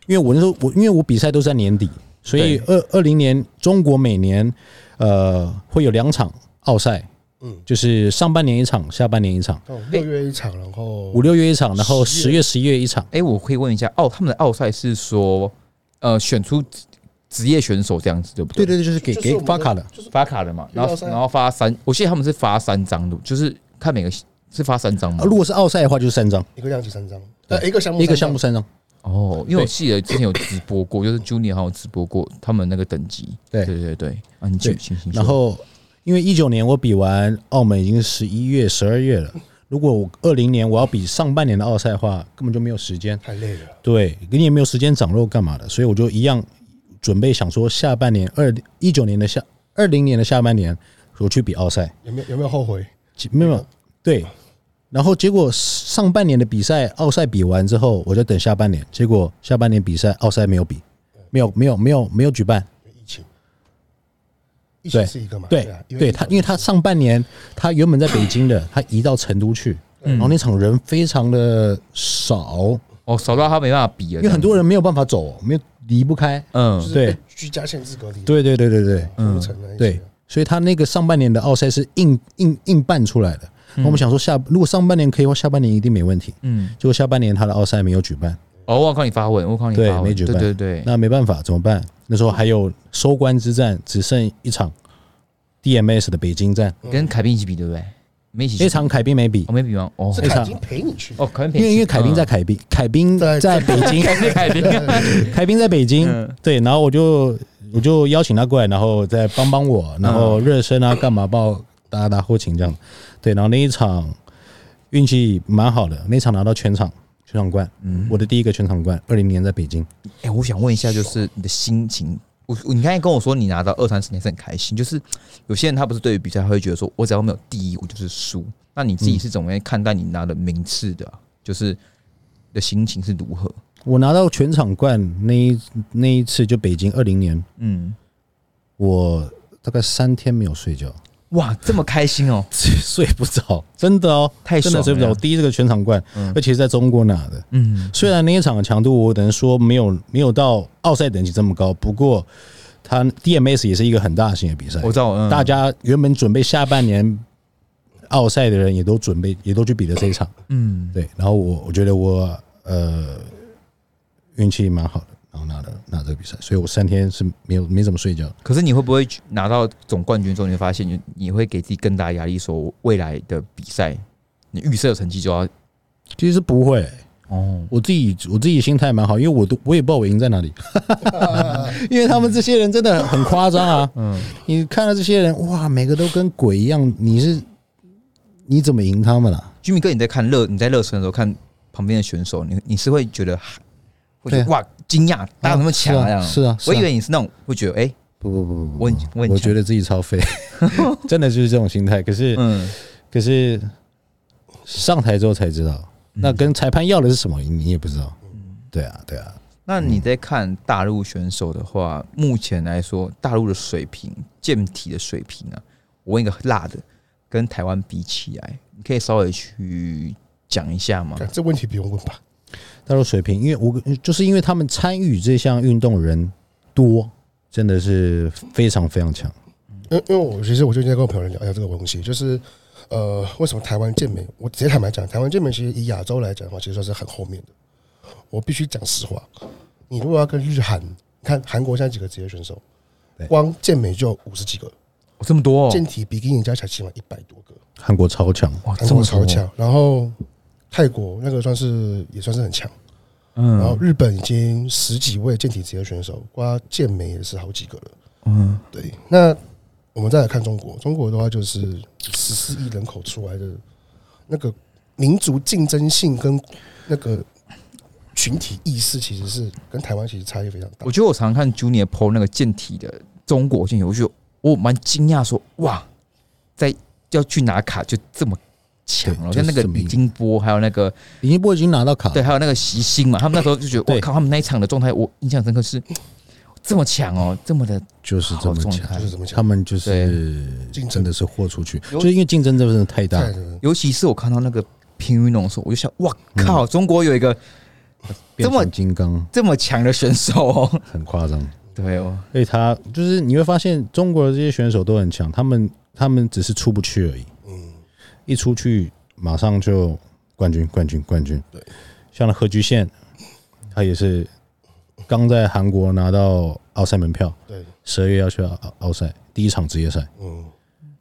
因为我那时候我因为我比赛都是在年底，所以二二零年中国每年呃会有两场奥赛，
嗯，
就是上半年一场，下半年一场，
哦六月一场，然后
五六月一场，然后
十
十
月
月十一月一场。
哎、我可以问一下，奥他们的奥赛是说，呃，选出职职业选手这样子，对不
对
对？
对对，就是给
就是
给
我们
发卡的，
就是
发卡的嘛，然后
有奥赛啊
然后发三，我记得他们是发三张的，就是看每个是发三张吗
啊如？果是奥赛的话，就是三张，
一个量级三张，呃，一个项目
一个
三张
项目三张。
哦，因为我记得之前有直播过，就是 Junior 好像有直播过他们那个等级。
对
对对对，啊，你去
对
行行。
然后因为一九年我比完澳门已经十一月、十二月了，如果我二零年我要比上半年的奥赛的话，根本就没有时间，
太累了，
对，你也没有时间长肉干嘛的，所以我就一样准备想说下半年二一九年的下二零年的下半年我去比奥赛，
有没有有没有后悔？
结没有对。然后结果上半年的比赛奥赛比完之后，我就等下半年。结果下半年比赛奥赛没有比，没有没有没有没有举办，
疫情，疫情
对
是一个嘛？
对
啊，
对他，因为他上半年他原本在北京的，他移到成都去，然后那场人非常的少，
哦，少到他没办法比了，
因为很多人没有办法走，没有离不开。
这样
就
子，嗯，
是
对
被居家限制隔离，
对对对对对
封城啊那一些
对，所以他那个上半年的奥赛是硬硬硬办出来的。那我们想说下，如果上半年可以的话，下半年一定没问题。
嗯，
结果下半年他的奥赛没有举办，
哦，我靠你发问，我靠你
对
发问，
没举办
对对对，
那没办法，怎么办？那时候还有收官之战，只剩一场 DMS 的北京站，
跟凯宾一起比，对不对？没一起去
那场凯宾没比
我，没比吗？ 哦
是
非常
凯金陪你去，
哦，凯宾
因为因为凯宾在
嗯
凯宾，凯宾
在
在北京，
凯宾哦 凯宾，
凯宾在北京，
嗯
对，然后我就我就邀请他过来，然后再帮帮我，
嗯
然后热身啊，干嘛帮我打打后勤这样，对，然后那一场运气蛮好的，那一场拿到全场全场冠，
嗯
我的第一个全场冠，二零年在北京，
哎、我想问一下，就是你的心情，我我你刚才跟我说你拿到二三十年是很开心，就是有些人他不是对于比赛他会觉得说，我只要没有第一，我就是输。那你自己是怎么样看待你拿的名次的啊、就是你的心情是如何？
我拿到全场冠那一那一次，就北京二零年，
嗯，
我大概三天没有 睡觉，
哇，这么开心哦，
睡不着，真的哦，
太
真
爽了
的睡不着。我第一这个全场冠，而且是在中国拿的。
嗯，
虽然那一场的强度，我只能说没有没有到奥赛等级这么高，不过它 DMS 也是一个很大型的比赛
我，知道，嗯，
大家原本准备下半年奥赛的人也都准备也都去比了这一场。
嗯，
对，然后我我觉得我呃运气蛮好的，然后拿了拿这个比赛，所以我三天是没有没怎么睡觉。
可是你会不会拿到总冠军之后，你会发现你你会给自己更大压力，说未来的比赛你预设成绩就要
其实不会、
哦，
我自己我自己心态蛮好，因为我都我也不知道我赢在哪 里，因为他们这些人真的很夸张 啊！
嗯，
你看到这些人，哇，每个都跟鬼一样，你是你怎么赢他们啊啦？
居民哥，你在看热你在热身的时候看旁边的选手，你你是会觉得会觉得
对啊
哇惊讶，大家有那么强
是啊
这样
是啊是啊
我以为你是那种会觉得哎，
不不不不不，
我很我很
我
强
觉得自己超 废，真的就是这种心态。可是
嗯，
可是上台之后才知道，
嗯
那跟裁判要的是什么，你也不知道。对啊，对啊，
那你在看大陆选手的话，目前来说，大陆的水平、健体的水平啊，我问一个辣的，跟台湾比起来，你可以稍微去讲一下吗？
干这问题不用问吧？
大陆水平，因为我就是因为他们参与这项运动的人多，真的是非常非常强。
因为因为我其实我最近在跟我朋友聊聊这个东西，就是呃，为什么台湾健美？我直接坦白讲，台湾健美其实以亚洲来讲的话，其实算是很后面的。我必须讲实话，你如果要跟日韩，你看韩国现在几个职业选手
对，
光健美就五十几个，
哦，这么多、哦
健，体比基尼加起来起码一百多个，
韩国哦超强，
哇，
韩
这么
国
多哦
超，强。然后泰国那个算是也算是很强，然后
嗯
日本已经十几位健体职业选手，光健美也是好几个了。
嗯，
对，那我们再来看中国，中国的话就是十四亿人口出来的那个民族竞争性跟那个群体意识，其实是跟台湾其实差异非常大
我。觉得我常看 Junior PO 那个健体的中国健体，我就我蛮惊讶说，哇，在要去拿卡就这么强了，
对
像那
就
个
是这么
李
硬
金波，还有那个
李金波已经拿到卡，
对，还有那个习星 嘛，他们那时候就觉得，我
对
靠，他们那一场的状态，我印象深刻是这么强哦，这么的
就是这
好
么
状
强。
态
就。是这么
他
讲，
们就是
竞争
真的是豁出去，
有
就是因为竞争真的是太大
太。了
尤其是我看到那个平云龙的时候，我就想，哇靠，
嗯
中国有一个
变
这么
形金刚
这么强的选手哦。
很夸张，
对哦，
所以他就是你会发现中国的这些选手都很强，他们他们只是出不去而已。
嗯，
一出去马上就冠军，冠军，冠军。
对，
像何菊宪，他也是刚在韩国拿到奥赛门票，
对，
十二月要去奥奥赛第一场职业赛，
嗯，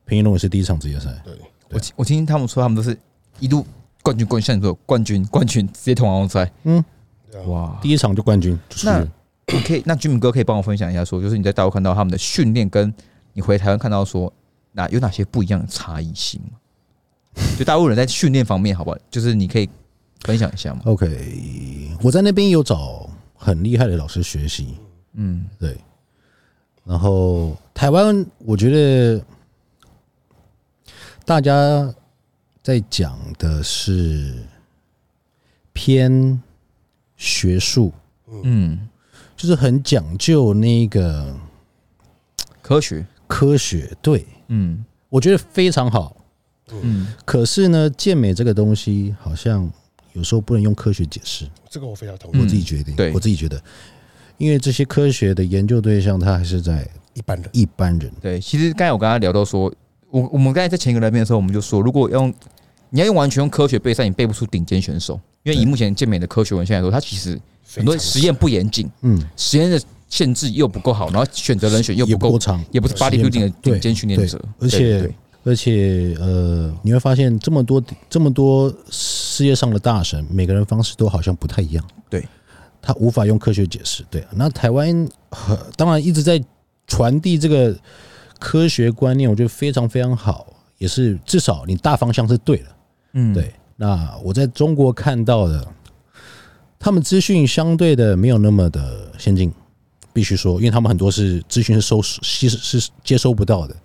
平庸也是第一场职业赛。
对，
我听我听他们说，他们都是一路冠军，冠军，像你说的冠军，冠军，直接通往赛。
嗯，
对啊
哇，
第一场就冠军，就是
那你可以，那居民哥可以帮我分享一下说就是你在大陆看到他们的训练，跟你回台湾看到说哪有哪些不一样的差异性吗？就大陆人在训练方面，好不好？就是你可以分享一下吗？
OK，我在那边有找很厉害的老师学习，
嗯，
对。然后台湾，我觉得大家在讲的是偏学术，
嗯，
就是很讲究那个
科学，
科学。对
嗯
我觉得非常好，
嗯，
可是呢，健美这个东西好像有时候不能用科学解释。
这个我非常同
我
意
嗯。
自己决定，
对
我自己觉得，因为这些科学的研究对象，他还是在
一般人，
一般人。
对。其实刚才我跟他聊到说，我我们刚才在前一个来宾的时候，我们就说，如果要用你要用完全用科学备赛，你背不出顶尖选手，因为以
对
目前健美的科学文献来说，它其实
非
很多
常
实验不严谨，
嗯，
实验的限制又不够好，然后选择人选又
也
不够
够，长，
也不是 bodybuilding 的顶尖训练者，
而且
对对对
而且呃，你会发现这么多这么多世界上的大神，每个人方式都好像不太一样。
对，
他无法用科学解释。对，那台湾、呃当然一直在传递这个科学观念，我觉得非常非常好，也是至少你大方向是对的。
嗯，
对，那我在中国看到的，他们资讯相对的没有那么的先进，必须说，因为他们很多是资讯是收吸是接收不到的，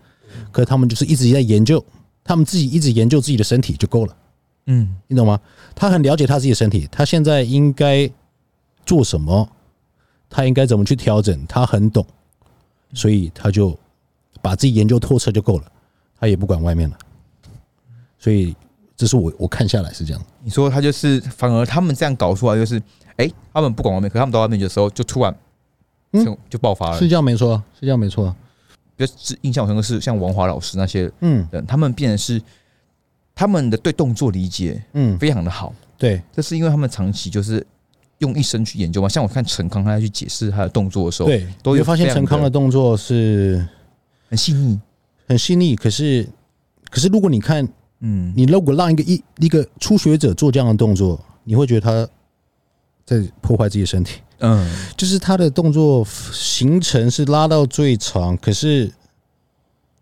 可是他们就是一直在研究，他们自己一直研究自己的身体就够了，
嗯
你懂吗？他很了解他自己的身体，他现在应该做什么，他应该怎么去调整，他很懂，所以他就把自己研究透彻就够了，他也不管外面了。所以这是我我看下来是这样，
你说他就是，反而他们这样搞出来，就是哎、诶他们不管外面，可他们到外面的时候就突然
嗯
就就爆发了。
是这样没错啊，是这样没错啊。
比较印象深刻是像王华老师那些
嗯
人，他们变得是他们的对动作理解
嗯，
非常的好，
对，
这是因为他们长期就是用一生去研究嘛。像我看陈康他在去解释他的动作的时候，
对，
都
你
有
会发现
非常
陈康
的
的动作是
很细腻。
很细腻，可是可是如果你看
嗯，
你如果让一个一一个初学者做这样的动作，你会觉得他在破坏自己的身体，
嗯，
就是他的动作行程是拉到最长，可是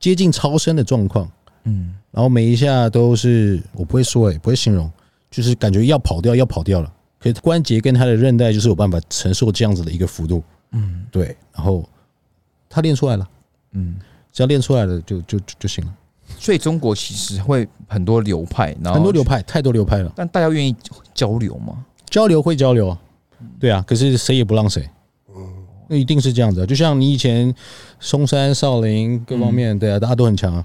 接近超声的状况，
嗯，
然后每一下都是我不会说、欸，不会形容，就是感觉要跑掉，要跑掉了。可是关节跟他的韧带就是有办法承受这样子的一个幅度，嗯，对。然后他练出来了，
嗯，
只要练出来了就就就就行了。
所以中国其实会很多流派，然后
很多流，派，太多流派了。
但大家愿意交流吗？
交流会交流啊，
嗯
对啊，可是谁也不让谁，那一定是这样子、啊。就像你以前松山、少林各方
嗯
面，对啊，大家都很强啊。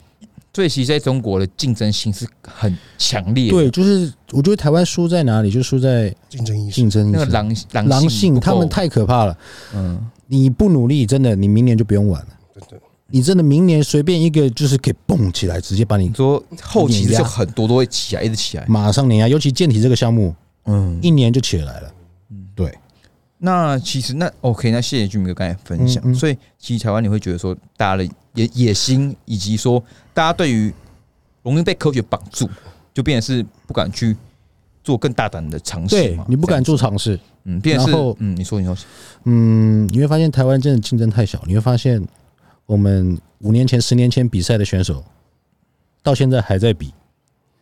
所以其实在中国的竞争性是很强烈的，
对，就是我觉得台湾输在哪里，就输在
竞争意识
竞争意
那个
识、
狼狼
狼
性
性，
不
他
够
们太可怕了。
嗯
你不努力，真的，你明年就不用玩了。
真的
你真的明年随便一个就是给蹦起来，直接把你
你说后期
碾
就
压
很多都会起来，一直起来。
马上碾压。尤其健体这个项目，
嗯，
一年就起来了。对，
那其实那 OK，那谢谢俊哥刚才分享，
嗯嗯
所以其实台湾你会觉得说，大家的野野心，以及说大家对于容易被科学绑住，就变成是不敢去做更大胆的尝试
对
嘛。
你不
这样
敢，做尝试，
嗯，变成是
然后
嗯，你说你说，
嗯，你会发现台湾真的竞争太小，你会发现我们五年前、十年前比赛的选手，到现在还在比。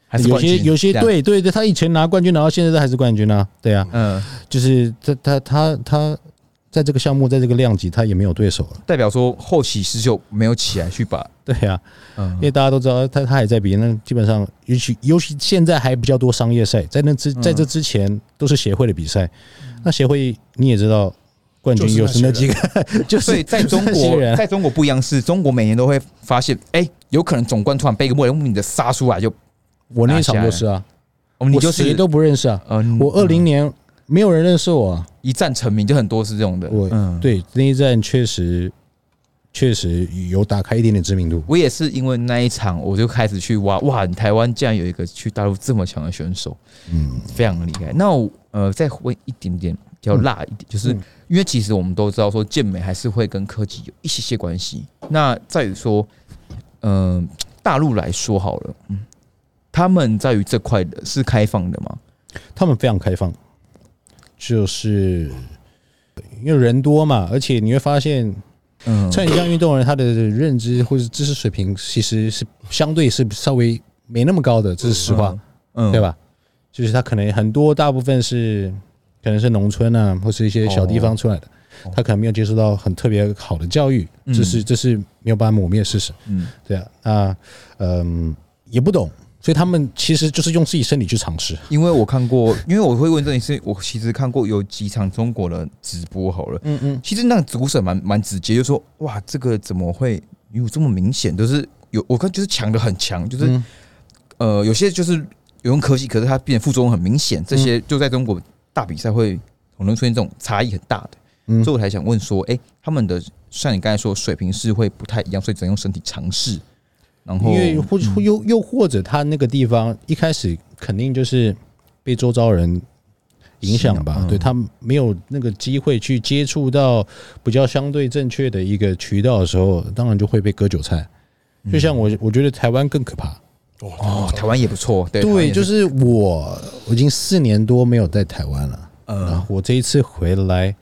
还是
有
冠
些
军
有些
这样
对对对，他以前拿冠军，然后现在还是冠军啊，对啊，
嗯，
就是他他他他在这个项目，在这个量级，他也没有对手了，
代表说后期是就没有起来去 把
对啊，
嗯
因为大家都知道他他还在比，那基本上尤其尤其现在还比较多商业赛，在那之在这之前都是协会的比赛，那协会你也知道，冠军又是那几个，就
所以
是
在中
那些
国，
人
在中国不一样是，中国每年都会发现，哎、有可能总冠突然被一个莫名的杀出来，就
我那一场就是啊，
哦，你
我
就
谁
是
都不认识啊。
呃，
我二零年没有人认识我、啊，
一战成名就很多是这种的。
我、
嗯，，
对那一站确实确实有打开一点点知名度。
我也是因为那一场，我就开始去挖，哇，你台湾竟然有一个去大陆这么强的选手，
嗯，
非常厉害。那我呃，再问一点点比较辣一点，就是
嗯
因为其实我们都知道说健美还是会跟科技有一些些关系。那在于说，嗯、大陆来说好了，嗯，他们在于这块的是开放的吗？
他们非常开放，就是因为人多嘛，而且你会发现
嗯，
参与这项运动的人，他的认知或者知识水平其实是相对是稍微没那么高的，这是实话，
嗯
对？吧？就是他可能很多大部分是可能是农村啊，或是一些小地方出来的
哦，
他可能没有接受到很特别好的教育，
嗯
这是这是没有办法抹灭的事实。
嗯
对啊，那嗯也不懂，所以他们其实就是用自己身体去尝试。
因为我看过，因为我会问这件事，我其实看过有几场中国的直播好了。
嗯嗯，
其实那个主审蛮蛮直接，就说哇，这个怎么会有这么明显？就是有我看就是强的很强，就是、
嗯
呃有些就是有用科技，可是它变得副作用很明显。这些就在中国大比赛会可能出现这种差异很大的，
嗯
所以我才想问说，哎、他们的像你刚才说水平是会不太一样，所以只能用身体尝试。然后
因为或
嗯
或又又或者他那个地方一开始肯定就是被周遭人影响
是
吧
啊，嗯
对他没有那个机会去接触到比较相对正确的一个渠道的时候，当然就会被割韭菜。就
嗯
像我，我觉得台湾更可怕。
哦，台湾也不错，对台湾
对，
也
就是我，我已经四年多没有在台湾了。然
呃
后我这一次回来，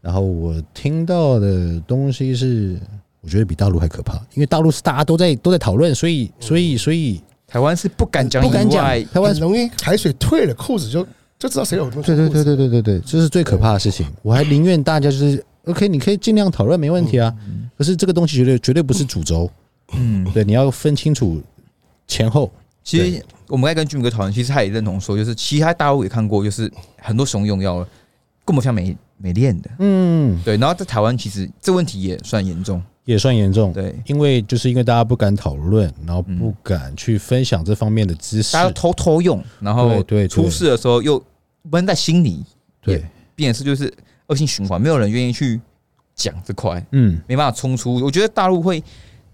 然后我听到的东西是，我觉得比大陆还可怕，因为大陆是大家都在都在讨论，所以所
嗯
以所以
台湾呃是不敢讲
不敢
以
讲
外，嗯
台湾
很。容易海水退了裤子就就知道谁有多
对对对对对对对，这是最可怕的事情。我还宁愿大家就是 OK，你可以尽量讨论，没问题啊。可是这个东西绝对绝对不是主轴，
嗯，
对，你要分清楚前后。
其实我们在跟俊哥讨论，其实他也认同说，就是其实他大陆也看过，就是很多熊用药了，根本像没没练的。
嗯，
对，然后在台湾其实这问题也算严重。
也算严重。
对，嗯
因为就是因为大家不敢讨论，然后不敢去分享这方面的知识
大，家偷偷用，然后
对对对
出事的时候又闷在心里，
对，
变成是就是恶性循环，没有人愿意去讲这块，
嗯，
没办法冲出。我觉得大陆会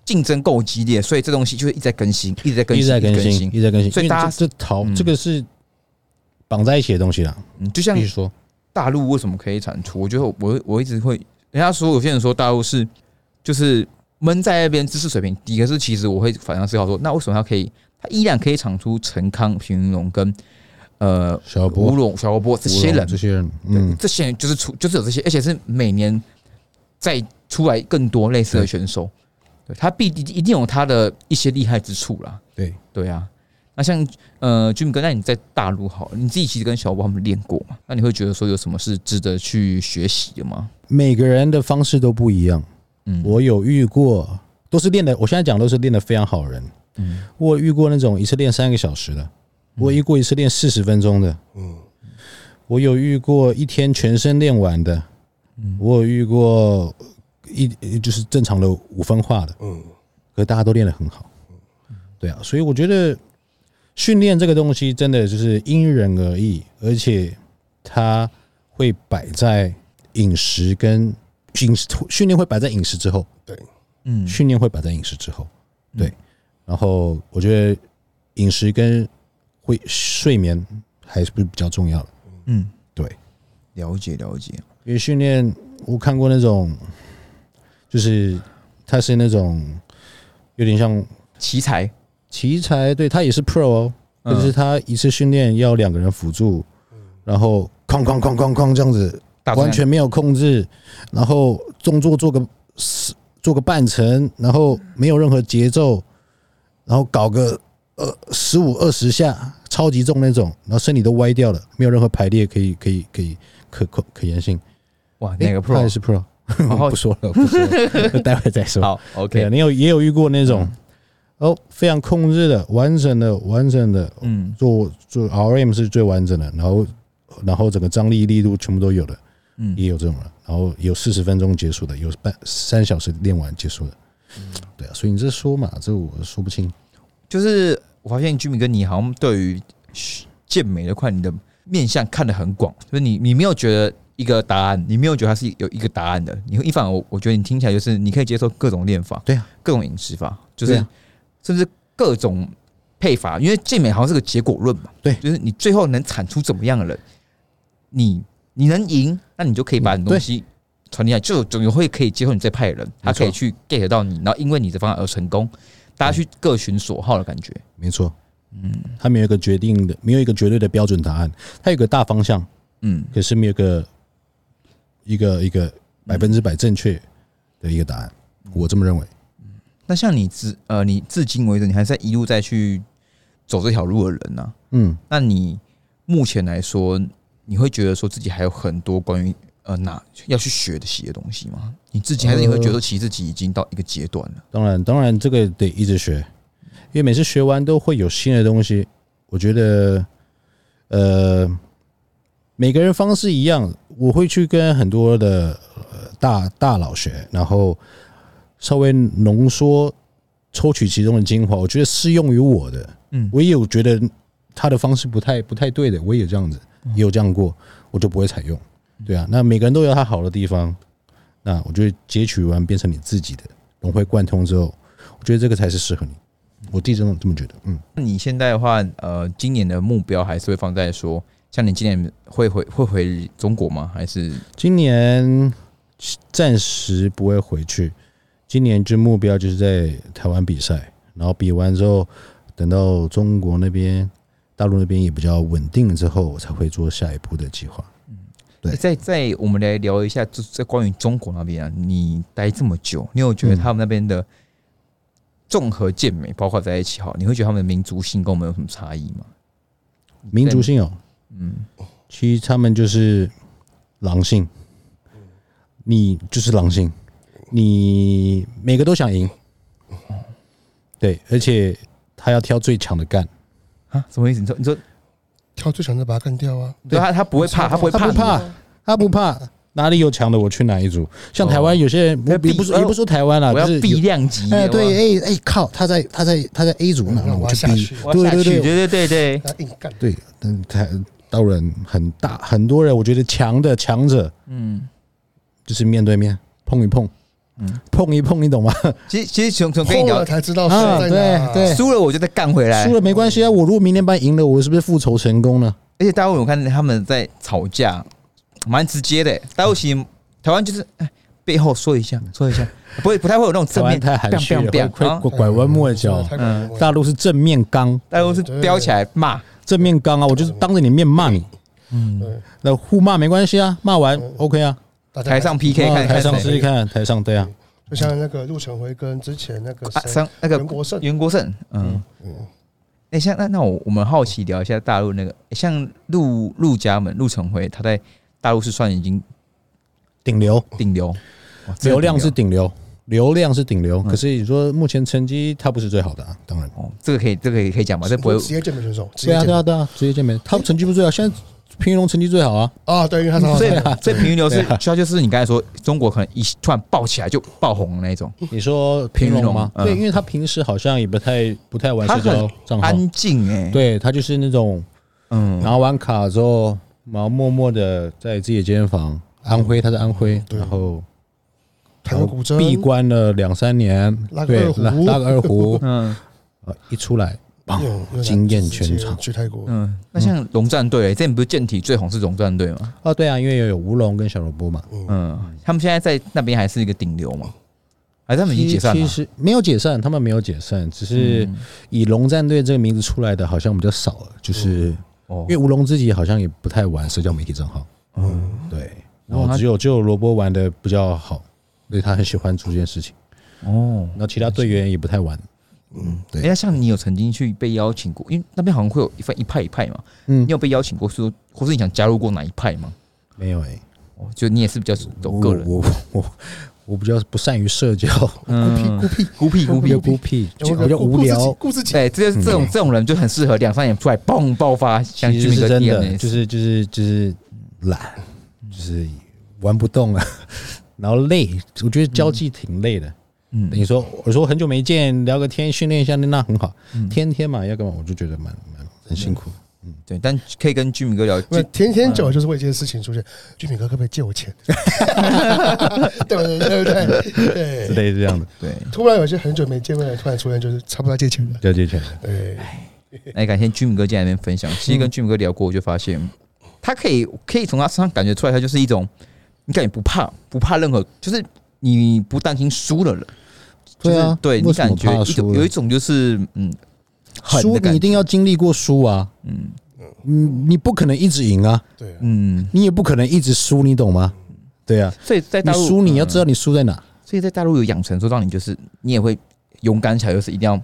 竞争够激烈，所以这东西就是一直在更新，一直在更
一
新，
直在更
一直
新，一直在更新，
所以大家
因为这这逃
嗯
这个是绑在一起的东西啦，
嗯，就像
必须说，
大陆为什么可以产出？我觉得我我我一直会，人家说有些人说大陆是就是闷在那边知识水平低，可是其实我会反向思考说，那为什么它可以，它依然可以产出陈康、平云龙跟呃
小波
吴龙、小波波这些人
这，些人，
嗯
嗯，，
这些人就是出就是有这些，而且是每年再出来更多类似的选手，对他必一定有他的一些厉害之处啦。
对
对啊，那像呃俊哥，那你在大陆好了，你自己其实跟小波他们练过嘛？那你会觉得说有什么是值得去学习的吗？
每个人的方式都不一样。
嗯，
我有遇过，都是练的，我现在讲都是练的非常好的人。
嗯
我有遇过那种一次练三个小时的，我有遇过一次练四十分钟的，
嗯，
我有遇过一天全身练完的，我有遇过一就是正常的五分化的，
嗯，
可是大家都练得很好。对啊，所以我觉得训练这个东西真的就是因人而异，而且它会摆在饮食跟饮食训练会摆在饮食之后，
对，
嗯
训练会摆在饮食之后，
嗯
对。然后我觉得饮食跟会睡眠还是比较重要的，
嗯，
对。
了解了解，
因为训练，我看过那种，就是他是那种有点像
奇才，
奇才，对他也是 pro 哦，
嗯
但是他一次训练要两个人辅助，然后哐哐哐哐哐这样子，
大
完全没有控制，然后动作做个做个半程，然后没有任何节奏，然后搞个呃十五二十下，超级重那种，然后身体都歪掉了，没有任何排列可以可以可以可可可延性。
哇，哪个
他
pro？
哎也是 Pro，
后
不说了，不说了，待会再 说。
好
对啊，
，OK，
你有也有遇过那种哦，非常控制的、完整的、完整的，
嗯
做做 RM 是最完整的，然后然后整个张力、力度全部都有的，
嗯
也有这种人，然后有四十分钟结束的，有半三小时练完结束的，
嗯
对啊，所以你这说嘛，这我说不清。
就是我发现居民跟你好像对于健美的块，你的面向看得很广，就是你你没有觉得一个答案，你没有觉得它是有一个答案的，你会一反而我我觉得你听起来就是你可以接受各种练法，
对啊，
各种饮食法，就
对
是
啊
甚至各种配法，因为健美好像是个结果论嘛，
对
就是你最后能产出怎么样的人，你你能赢，那你就可以把你的东西。传递下去，就总有会可以接受你这派的人，他可以
没
去 get 到你，然后因为你的方案而成功，大家去各寻所好的感觉。
没错，嗯，他没有一个决定的，没有一个绝对的标准答案，他有个大方向，
嗯，
可是没有一个一个一个百分之百正确的一个答案，
嗯
我这么认为。
那像你至呃，你至今为止，你还在一路在去走这条路的人呢、
嗯，
那你目前来说，你会觉得说自己还有很多关于呃哪要去学的习的东西吗？你自己还是你会觉得说其实自己已经到一个阶段了？
当然，当然这个得一直学，因为每次学完都会有新的东西。我觉得，呃，每个人方式一样，我会去跟很多的、呃、大大佬学，然后稍微浓缩、抽取其中的精华。我觉得适用于我的，
嗯
我也有觉得他的方式不太不太对的，我也有这样子，也有这样过，我就不会采用。对啊，那每个人都有他好的地方，那我觉得截取完变成你自己的，融会贯通之后，我觉得这个才是适合你。我弟真的这么觉得，嗯，
那你现在的话，呃，今年的目标还是会放在说，像你今年会回会回中国吗？还是
今年暂时不会回去，今年就目标就是在台湾比赛，然后比完之后，等到中国那边、大陆那边也比较稳定了之后，我才会做下一步的计划。对
在在我们来聊一下，就是在关于中国那边啊，你待这么久，你有觉得他们那边的综合健美包括在一起好，你会觉得他们的民族性跟我们有什么差异吗？
民族性哦，
嗯，
其实他们就是狼性，你就是狼性，你每个都想赢，对，而且他要挑最强的干，
啊，什么意思？你说你说，
挑最强的把它干掉啊，
对他他不会怕，他不会
他
怕
不
你，
怕，他不怕，哪里有强的我去哪一组。像台湾有些人，
哦要
也
避
不说也不说台湾啦，啊
我要
就是有
避量级，
哎，
有没有，
对，哎哎靠，他在他在他在 A 组那，那
我
我
要
去
下
B，
去
我要
对
下去
对对，
哎对对对对，
他硬干，
对，但台道人很大，很多人我觉得强的强者
嗯，
就是面对面碰一碰，
嗯
碰一碰，你懂吗？
其实其实熊熊跟你
碰了
聊，
才知道
啊
谁在哪。
对对
输了我就再干回来，
输了没关系啊，我如果明天班赢了，我是不是复仇成功呢？
而且大陆我看他们在吵架，蛮直接的、大陆其实台湾就是哎背后说一下说一 下，不会不太会有那种
台
正
湾
面，
太 含蓄了，
biang biang
会
biang，
会
啊
拐拐弯抹角。嗯
太过分了
大陆是正面刚，
大陆是飙起来骂，
正面刚啊，我就是当着你面骂你，
嗯，
对，
那互骂没关系啊，骂完 OK 啊，
大家
台上 PK
啊
看
台
看
上
谁
试试看，台上对啊，
就像那个陆晨辉跟之前那个
啊，
谁
上那
袁
个
国胜，
袁国胜，嗯，哎、像那那我我们好奇聊一下大陆那个，哎像陆陆家门陆成辉，他在大陆是算已经
顶流，
顶流，
嗯
嗯哇真的
流量是
顶
顶流，流量是顶流，可是你说目前成绩他不是最好的啊，当然。
哦，这个可以这个也可以讲吧，这不会
职业健美选手，职
对
业
啊，
健美
对啊，对啊，职业健美，他成绩不是最好，现在平云龙成绩最好啊。
啊，对，因为他
所以
上
所以平均流是，
啊
它就是你刚才说中国可能一突然爆起来就爆红的那一种，
你说平云龙吗？
平云龙嗯
对，因为他平时好像也不太不太玩
他
社交
很
账号，
安静哎、，
对他就是那种
嗯，，
拿完卡之后，然后默默的在自己的健身房，安徽他在安徽，
对
然后
弹个古筝，
闭关了两三年
拉，个
对
二，胡
拉拉个二胡
嗯
呃一出来，棒
嗯，那
惊艳
直接
全场
去泰国，
嗯，那像龙战队、欸，之前不是健体最红是龙战队吗？
哦，对啊，因为有吴龙跟小萝卜嘛，
嗯，他们现在在那边还是一个顶流嘛，还是他们已经解散
其
了？嗯
实没有解散，他们没有解散，只是以龙战队这个名字出来的好像比较少了，就是
哦
因为，吴龙自己好像也不太玩社交媒体账号，
嗯，
对，
然
然
后
后
他
只有只有萝卜玩的比较好，所以他很喜欢做这件事情，
哦，
然后其他队员也不太玩，
嗯
哎、那像你有曾经去被邀请过？因为那边好像会有一份一派一派嘛，
嗯
你，有被邀请过说，或是你想加入过哪一派吗？
没有哎，
哦，就你也是比较走
我
个人，
我我我比较不善于社交，
嗯，孤僻孤僻孤
比
僻
较
孤僻。
孤僻，
有
就
个
比较
顾
无
顾自己
聊，
顾自己，
对，这就是这种、这种人就很适合两三年出来嘣爆发，像
嗯其
居
实
民
是
哥
真
一样
的，就是就是就是懒，
嗯
就是玩不动了，啊然后累，我觉得交际挺累的。
嗯
等于说，我说很久没见，聊个天，训练一下，那那很好。
嗯
天天嘛，要干嘛？我就觉得蛮蛮很辛苦。
对，但可以跟居民哥聊，
不
就
天天久了就是为这些事情出现。
嗯
俊敏哥可不可以借我钱？ 对不对？对不对？
嗯
之
对。
类这样的，
对。
突然有些很久没见面的人突然出现，就是差不多要借钱了。
交际圈。
对，
哎，感谢居民哥进来那边分享。其
嗯
实跟居民哥聊过，我就发现他可以可以从他身上感觉出来，他就是一种你感觉不怕不怕任何，就是你不担心输了人。
对啊
就是对你
为什么
感觉
怕
一种
输了
有一种就是嗯，狠
输
的感
你一定要经历过输啊，
嗯
嗯，你不可能一直赢啊，
对，
嗯，
你也不可能一直输，你懂吗？对啊，
所以在
你
大陆
输你要知道
嗯
你输在哪。
所以在大陆有养成说让你就是你也会勇敢起来，就是一定要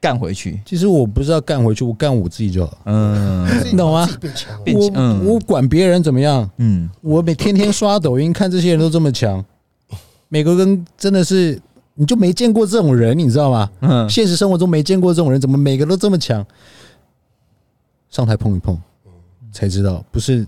干回去。
其实我不是要干回去，我干我自己就好。
嗯
自己
懂啊吗
自己变强了，
变
我
嗯
我管别人怎么样，
嗯，
我每天天刷抖音，看这些人都这么强，每个跟真的是你就没见过这种人，你知道吗？
嗯
现实生活中没见过这种人，怎么每个都这么强？上台碰一碰，才知道不是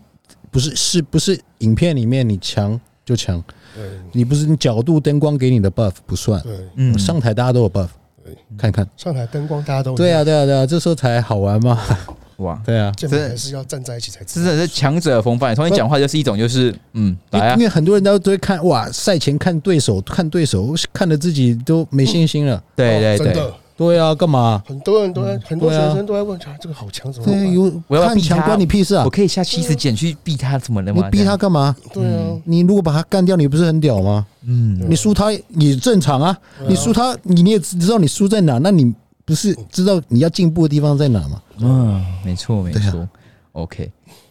不是是不是影片里面你强就强，
对
你不是你角度灯光给你的 buff 不算，
对。
嗯，
上台大家都有 buff，
对
看看。
上台灯光大家都
对啊，，对啊，对啊，这时候才好玩嘛。
哇，
对啊，
健美还是要站在一起才知
真
道。
的是强者的风范。从你讲话就是一种就是嗯，
因
来啊
因，为很多人都都会看哇，赛前看对手，看对手，看得自己都没信心了。
对对
哦真
对。
的，
对啊，干嘛？
很多人都在，很多学
对啊
生都在问，啊，这个好强，怎么
对，
办？
有
我要
看
逼他
强关你屁事啊
我！可以下七十减去逼他怎么了
你
吗？
逼他干嘛？
对啊，
你如果把他干掉，你不是很屌吗？
嗯，
你输他也正常啊，你输他你你也知道你输在哪，那你不是知道你要进步的地方在哪吗？
嗯，没错没
啊
错。OK，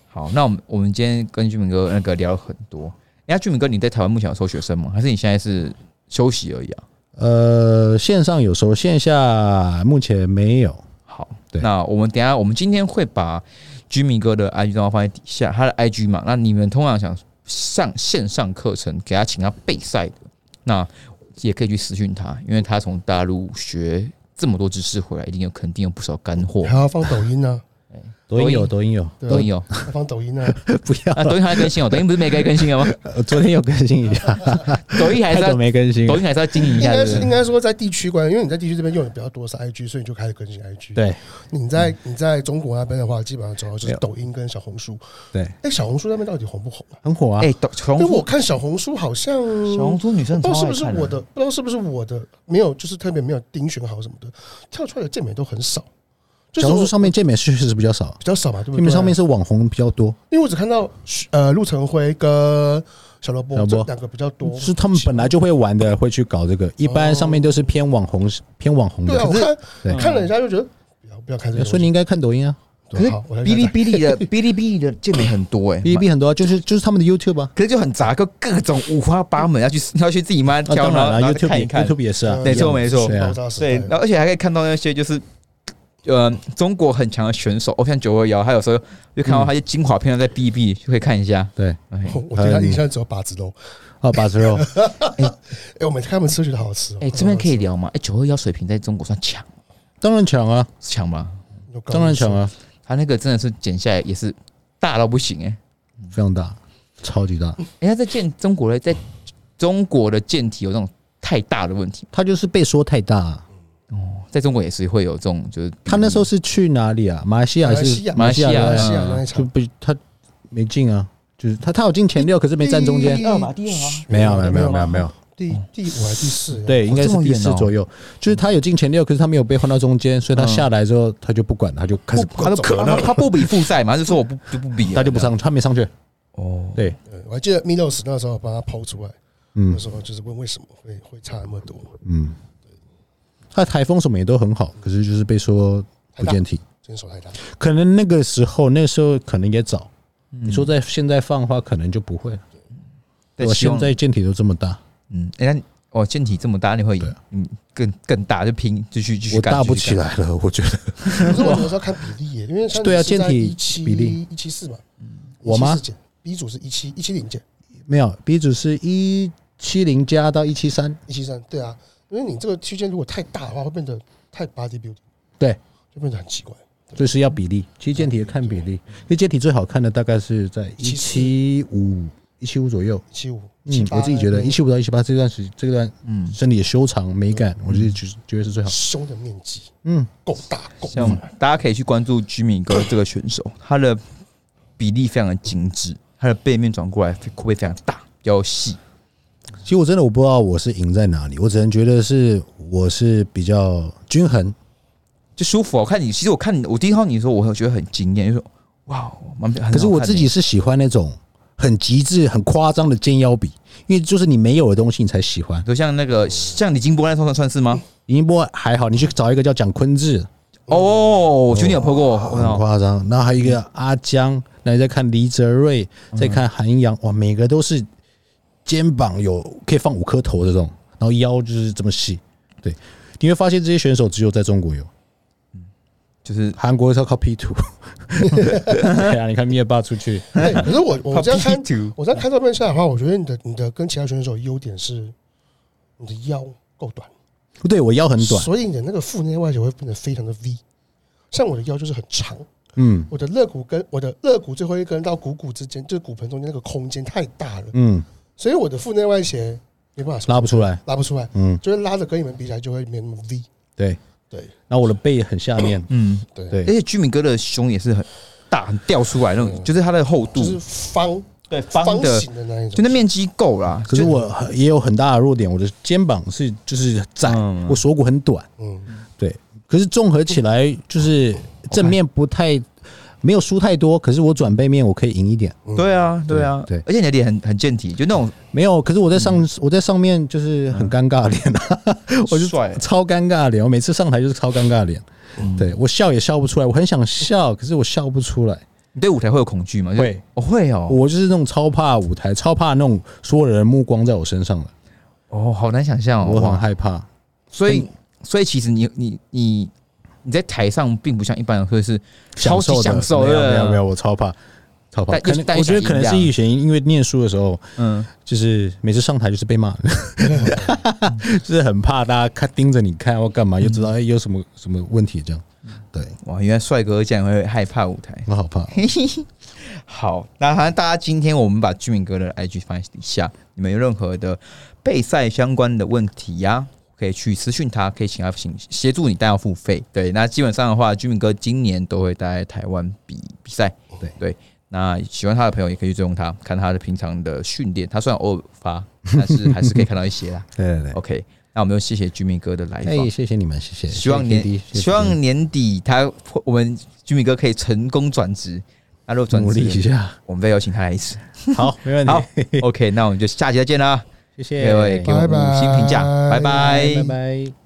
好，那我们我们今天跟俊明哥那个聊了很多。哎，俊明哥，你在台湾目前有收学生吗？还是你现在是休息而已啊？
呃，线上有时候，线下目前没有。
好，
对
那我们等一下，我们今天会把居民哥的 IG 账号放在底下，他的 IG 嘛。那你们通常想上线上课程，给他请他备赛的，那也可以去私讯他，因为他从大陆学这么多知识回来，一定有肯定有不少干货。
还要放抖音呢。
抖音有，抖音有，
对啊
抖音有，
要放抖音啊，
不 要
啊，抖音还在更新哦，抖音不是没该更新 了吗？
呃 昨天有更新一 下，
抖音还
太
是
久
要，
没更新
抖
了。
音还是要经营一
应
下，
该
对
是
不
应
对？
该说在地区关，因为你在地区这边用的比较多是 IG，所以你就开始更新 IG。，
对
你在你在中国那边的话，基本上主要就是抖音跟小红书。
对，
哎，小红书那边到底红不红啊？
很火啊！
哎，抖小
因为
红
我
书，
看小红书好像
小红书女生
不知
超
哦
道
爱
是不是
啊
看
我的，不知道是不是我的，没有就是特别没有盯选好什么的，跳出来的健美都很少，就是
小红
我
书上面健美确实是比较少，
比较少嘛，对不对？
健美上面，是网红比较多，
因为我只看到呃陆晨辉跟小萝卜
小萝
这
卜
两个比较多，
是他们本来就会玩的，会去搞这个。一般上面都是偏网红，偏网红
对啊，我
的。
看
对
看了一下就觉得不要不要看这个东西，
所以你应该看抖音啊，
可
对
是
好，我来
哔哩哔哩的 哔哩哔哩的界面很多哎，
哔哩哔哩很多啊，就是就是他们的 YouTube 啊，
可是就很杂，各各种五花八门，要去 要去自己妈
啊
挑，
当
然后
然
然
了
后再看一
，YouTube
看，
YouTube 也是
呃
啊，
没错
一样
没错
对啊
爆炸时
对，
代
然后而且还可以看到那些就是。呃，中国很强的选手，哦，像九二幺，他有时候就看到他一些精华片段在 B B，就可以看一下。
对
哎，
哦我我对他印象只有把子肉，
啊，把子肉，
哎，我每次看他们吃觉得好好吃哦。
哎，这边可以
好
聊吗？哎，九二幺水平在中国算强
当然强啊，
强吗？
好吃，
当然强啊，
他那个真的是剪下来也是大到不行哎、
非常大，超级大。
哎、他在建中国的在中国的健体有这种太大的问题，
他就是被说太大啊，
在中国也是会有这种，就是
他那时候是去哪里啊？马来西亚
马
还
来西
是
亚，
马来西亚
马来
对啊
西亚那一
就
场
不他没进啊，就是他他有进前六，可是没站中间。
二吧第二啊
没有没有没有没有没有，
第第五还是第四？，
对，应该
这
是
么
第
远哦
四左右。就是他有进前六，可是他没有被换到中间，所以他下来之后他就不管，他就开始
他都可
啊
能他不比复赛嘛，他就说我不就不比了，
他就不上，他没上去。
哦，
对，
对我还记得 Milos 那时候把他抛出来，
嗯
那时候就是问为什么会会差那么多，
嗯，他台风什么也都很好，可是就是被说不健体。
嗯
真手太大。
可能那个时候，那个时候可能也早。你说在现在放的话，可能就不会了。
嗯对，
我
希
现
望
在健体都这么大，
嗯，哎、那你哦健体这么大，你会嗯更更大就拼继续继续
啊我
干
大不起，
继续干
来了。我觉得
可是我有时候看比例耶，因为像
对啊
健
健体
七
比例嗯
一七四嘛，
我吗
174减？B 组是一七一七零减
没有鼻子是一七零加到一七三，
一七三，对啊，因为你这个区间如果太大的话，会变得太 body building，
对，
就变得很奇怪。
所以是要比例。其实健体也看比例，因为健体最好看的大概是在一七五一七五左右。
一七五，
嗯，我自己觉得一七五到一七八这段时这段
嗯，
身体的修长美感，我自己觉觉得是最好。
胸的面积
嗯，
够大够
像
大，
大家可以去关注居米哥这个选手，他的比例非常的精致，他的背面转过来会不会非常大，比较细，
其实我真的我不知道我是赢在哪里，我只能觉得是我是比较均衡。
就舒服啊。我看你，其实我看你，我第一看到你的时候，我会觉得很惊艳，就说哇，蛮很好看
可是我自己
欸
是喜欢那种很极致、很夸张的尖腰比，因为就是你没有的东西你才喜欢。
就像那个像李金波那算算是吗？
李宁波还好，你去找一个叫蒋坤志，
哦，我觉得你有破过，哦我看
嗯很
到
夸张。然后还有一个阿江，那你再看黎泽瑞，再看韩阳，哇，每个都是肩膀有可以放五颗头的这种，然后腰就是这么细。对，你会发现这些选手只有在中国有，
就是
韩国是要靠 P 图。对啊，你看灭霸出去，
对，哎可是 我我这样看
P2，
我这样看照片下来的话，我觉得你的你的跟其他选手优点是你的腰够短，
不对我腰很短，
所以你的那个腹内外斜会变得非常的 V。像我的腰就是很长，
嗯
我的肋骨跟我的肋骨最后一根到股骨之间，就是骨盆中间那个空间太大了，
嗯，
所以我的腹内外斜没办法
拉不出来，
拉不出来，
嗯，
就是拉的跟你们比起来就会没那么 V。
对。
对
然后我的背很下面，
嗯，
对，
而
对，哦
且居民哥的胸也是很大，很掉出来那种，就是它的厚度，
就是方
对
方
方的，
形的那一种，
就那面积够啦。
可是我也有很大的弱点，我的肩膀是就是窄，
嗯
我锁骨很短。
嗯，
对，可是综合起来就是正面不太没有输太多，可是我转背面我可以赢一点，
嗯
对啊，对啊，
对
而且你的脸很很健体，就那种
没有，可是我在上、
嗯
我在上面就是很尴尬的脸啊，我就
帅
超尴尬的脸，我每次上台就是超尴尬的脸，
嗯
对我笑也笑不出来，我很想笑，可是我笑不出来，
你对舞台会有恐惧吗？就
会，
我会哦，
我就是那种超怕舞台，超怕那种所有人的目光在我身上的，
哦，好难想象哦，
我很
哇
害怕。
所以所以其实你你你你在台上并不像一般人会是超级享受
的没有没有没
有，
有，我超怕，超怕。
但
可能
但
我觉得可能
想
是
赢
以前因为念书的时候，
嗯，
就是每次上台就是 被骂，
嗯
就是很怕大家看盯着你看或干嘛，又知道哎有什么什么问题这样。对，
哇，原来帅哥竟然会害怕舞台。
我好怕。
好，那反正大家今天我们把居民哥的 IG 放在底下，你们有任何的备赛相关的问题呀、可以去私讯他，可以请他请协助你，但要付费。对，那基本上的话，居民哥今年都会待在台湾比比赛。
对
对，那喜欢他的朋友也可以去追踪他，看他的平常的训练。他虽然偶尔发，但是还是可以看到一些啦。
对对对，
OK，那我们就谢谢居民哥的来
哎、
访。
谢谢你们，谢谢。
希望
谢谢 KD，
年
谢谢
希望年底他我们居民哥可以成功转职。那如果转
努
职
力一下。
我们再邀请他来一次。
好，没问题。
好，OK，那我们就下期再见啦，
谢
各位
谢
给我们五星评价，拜拜
拜拜。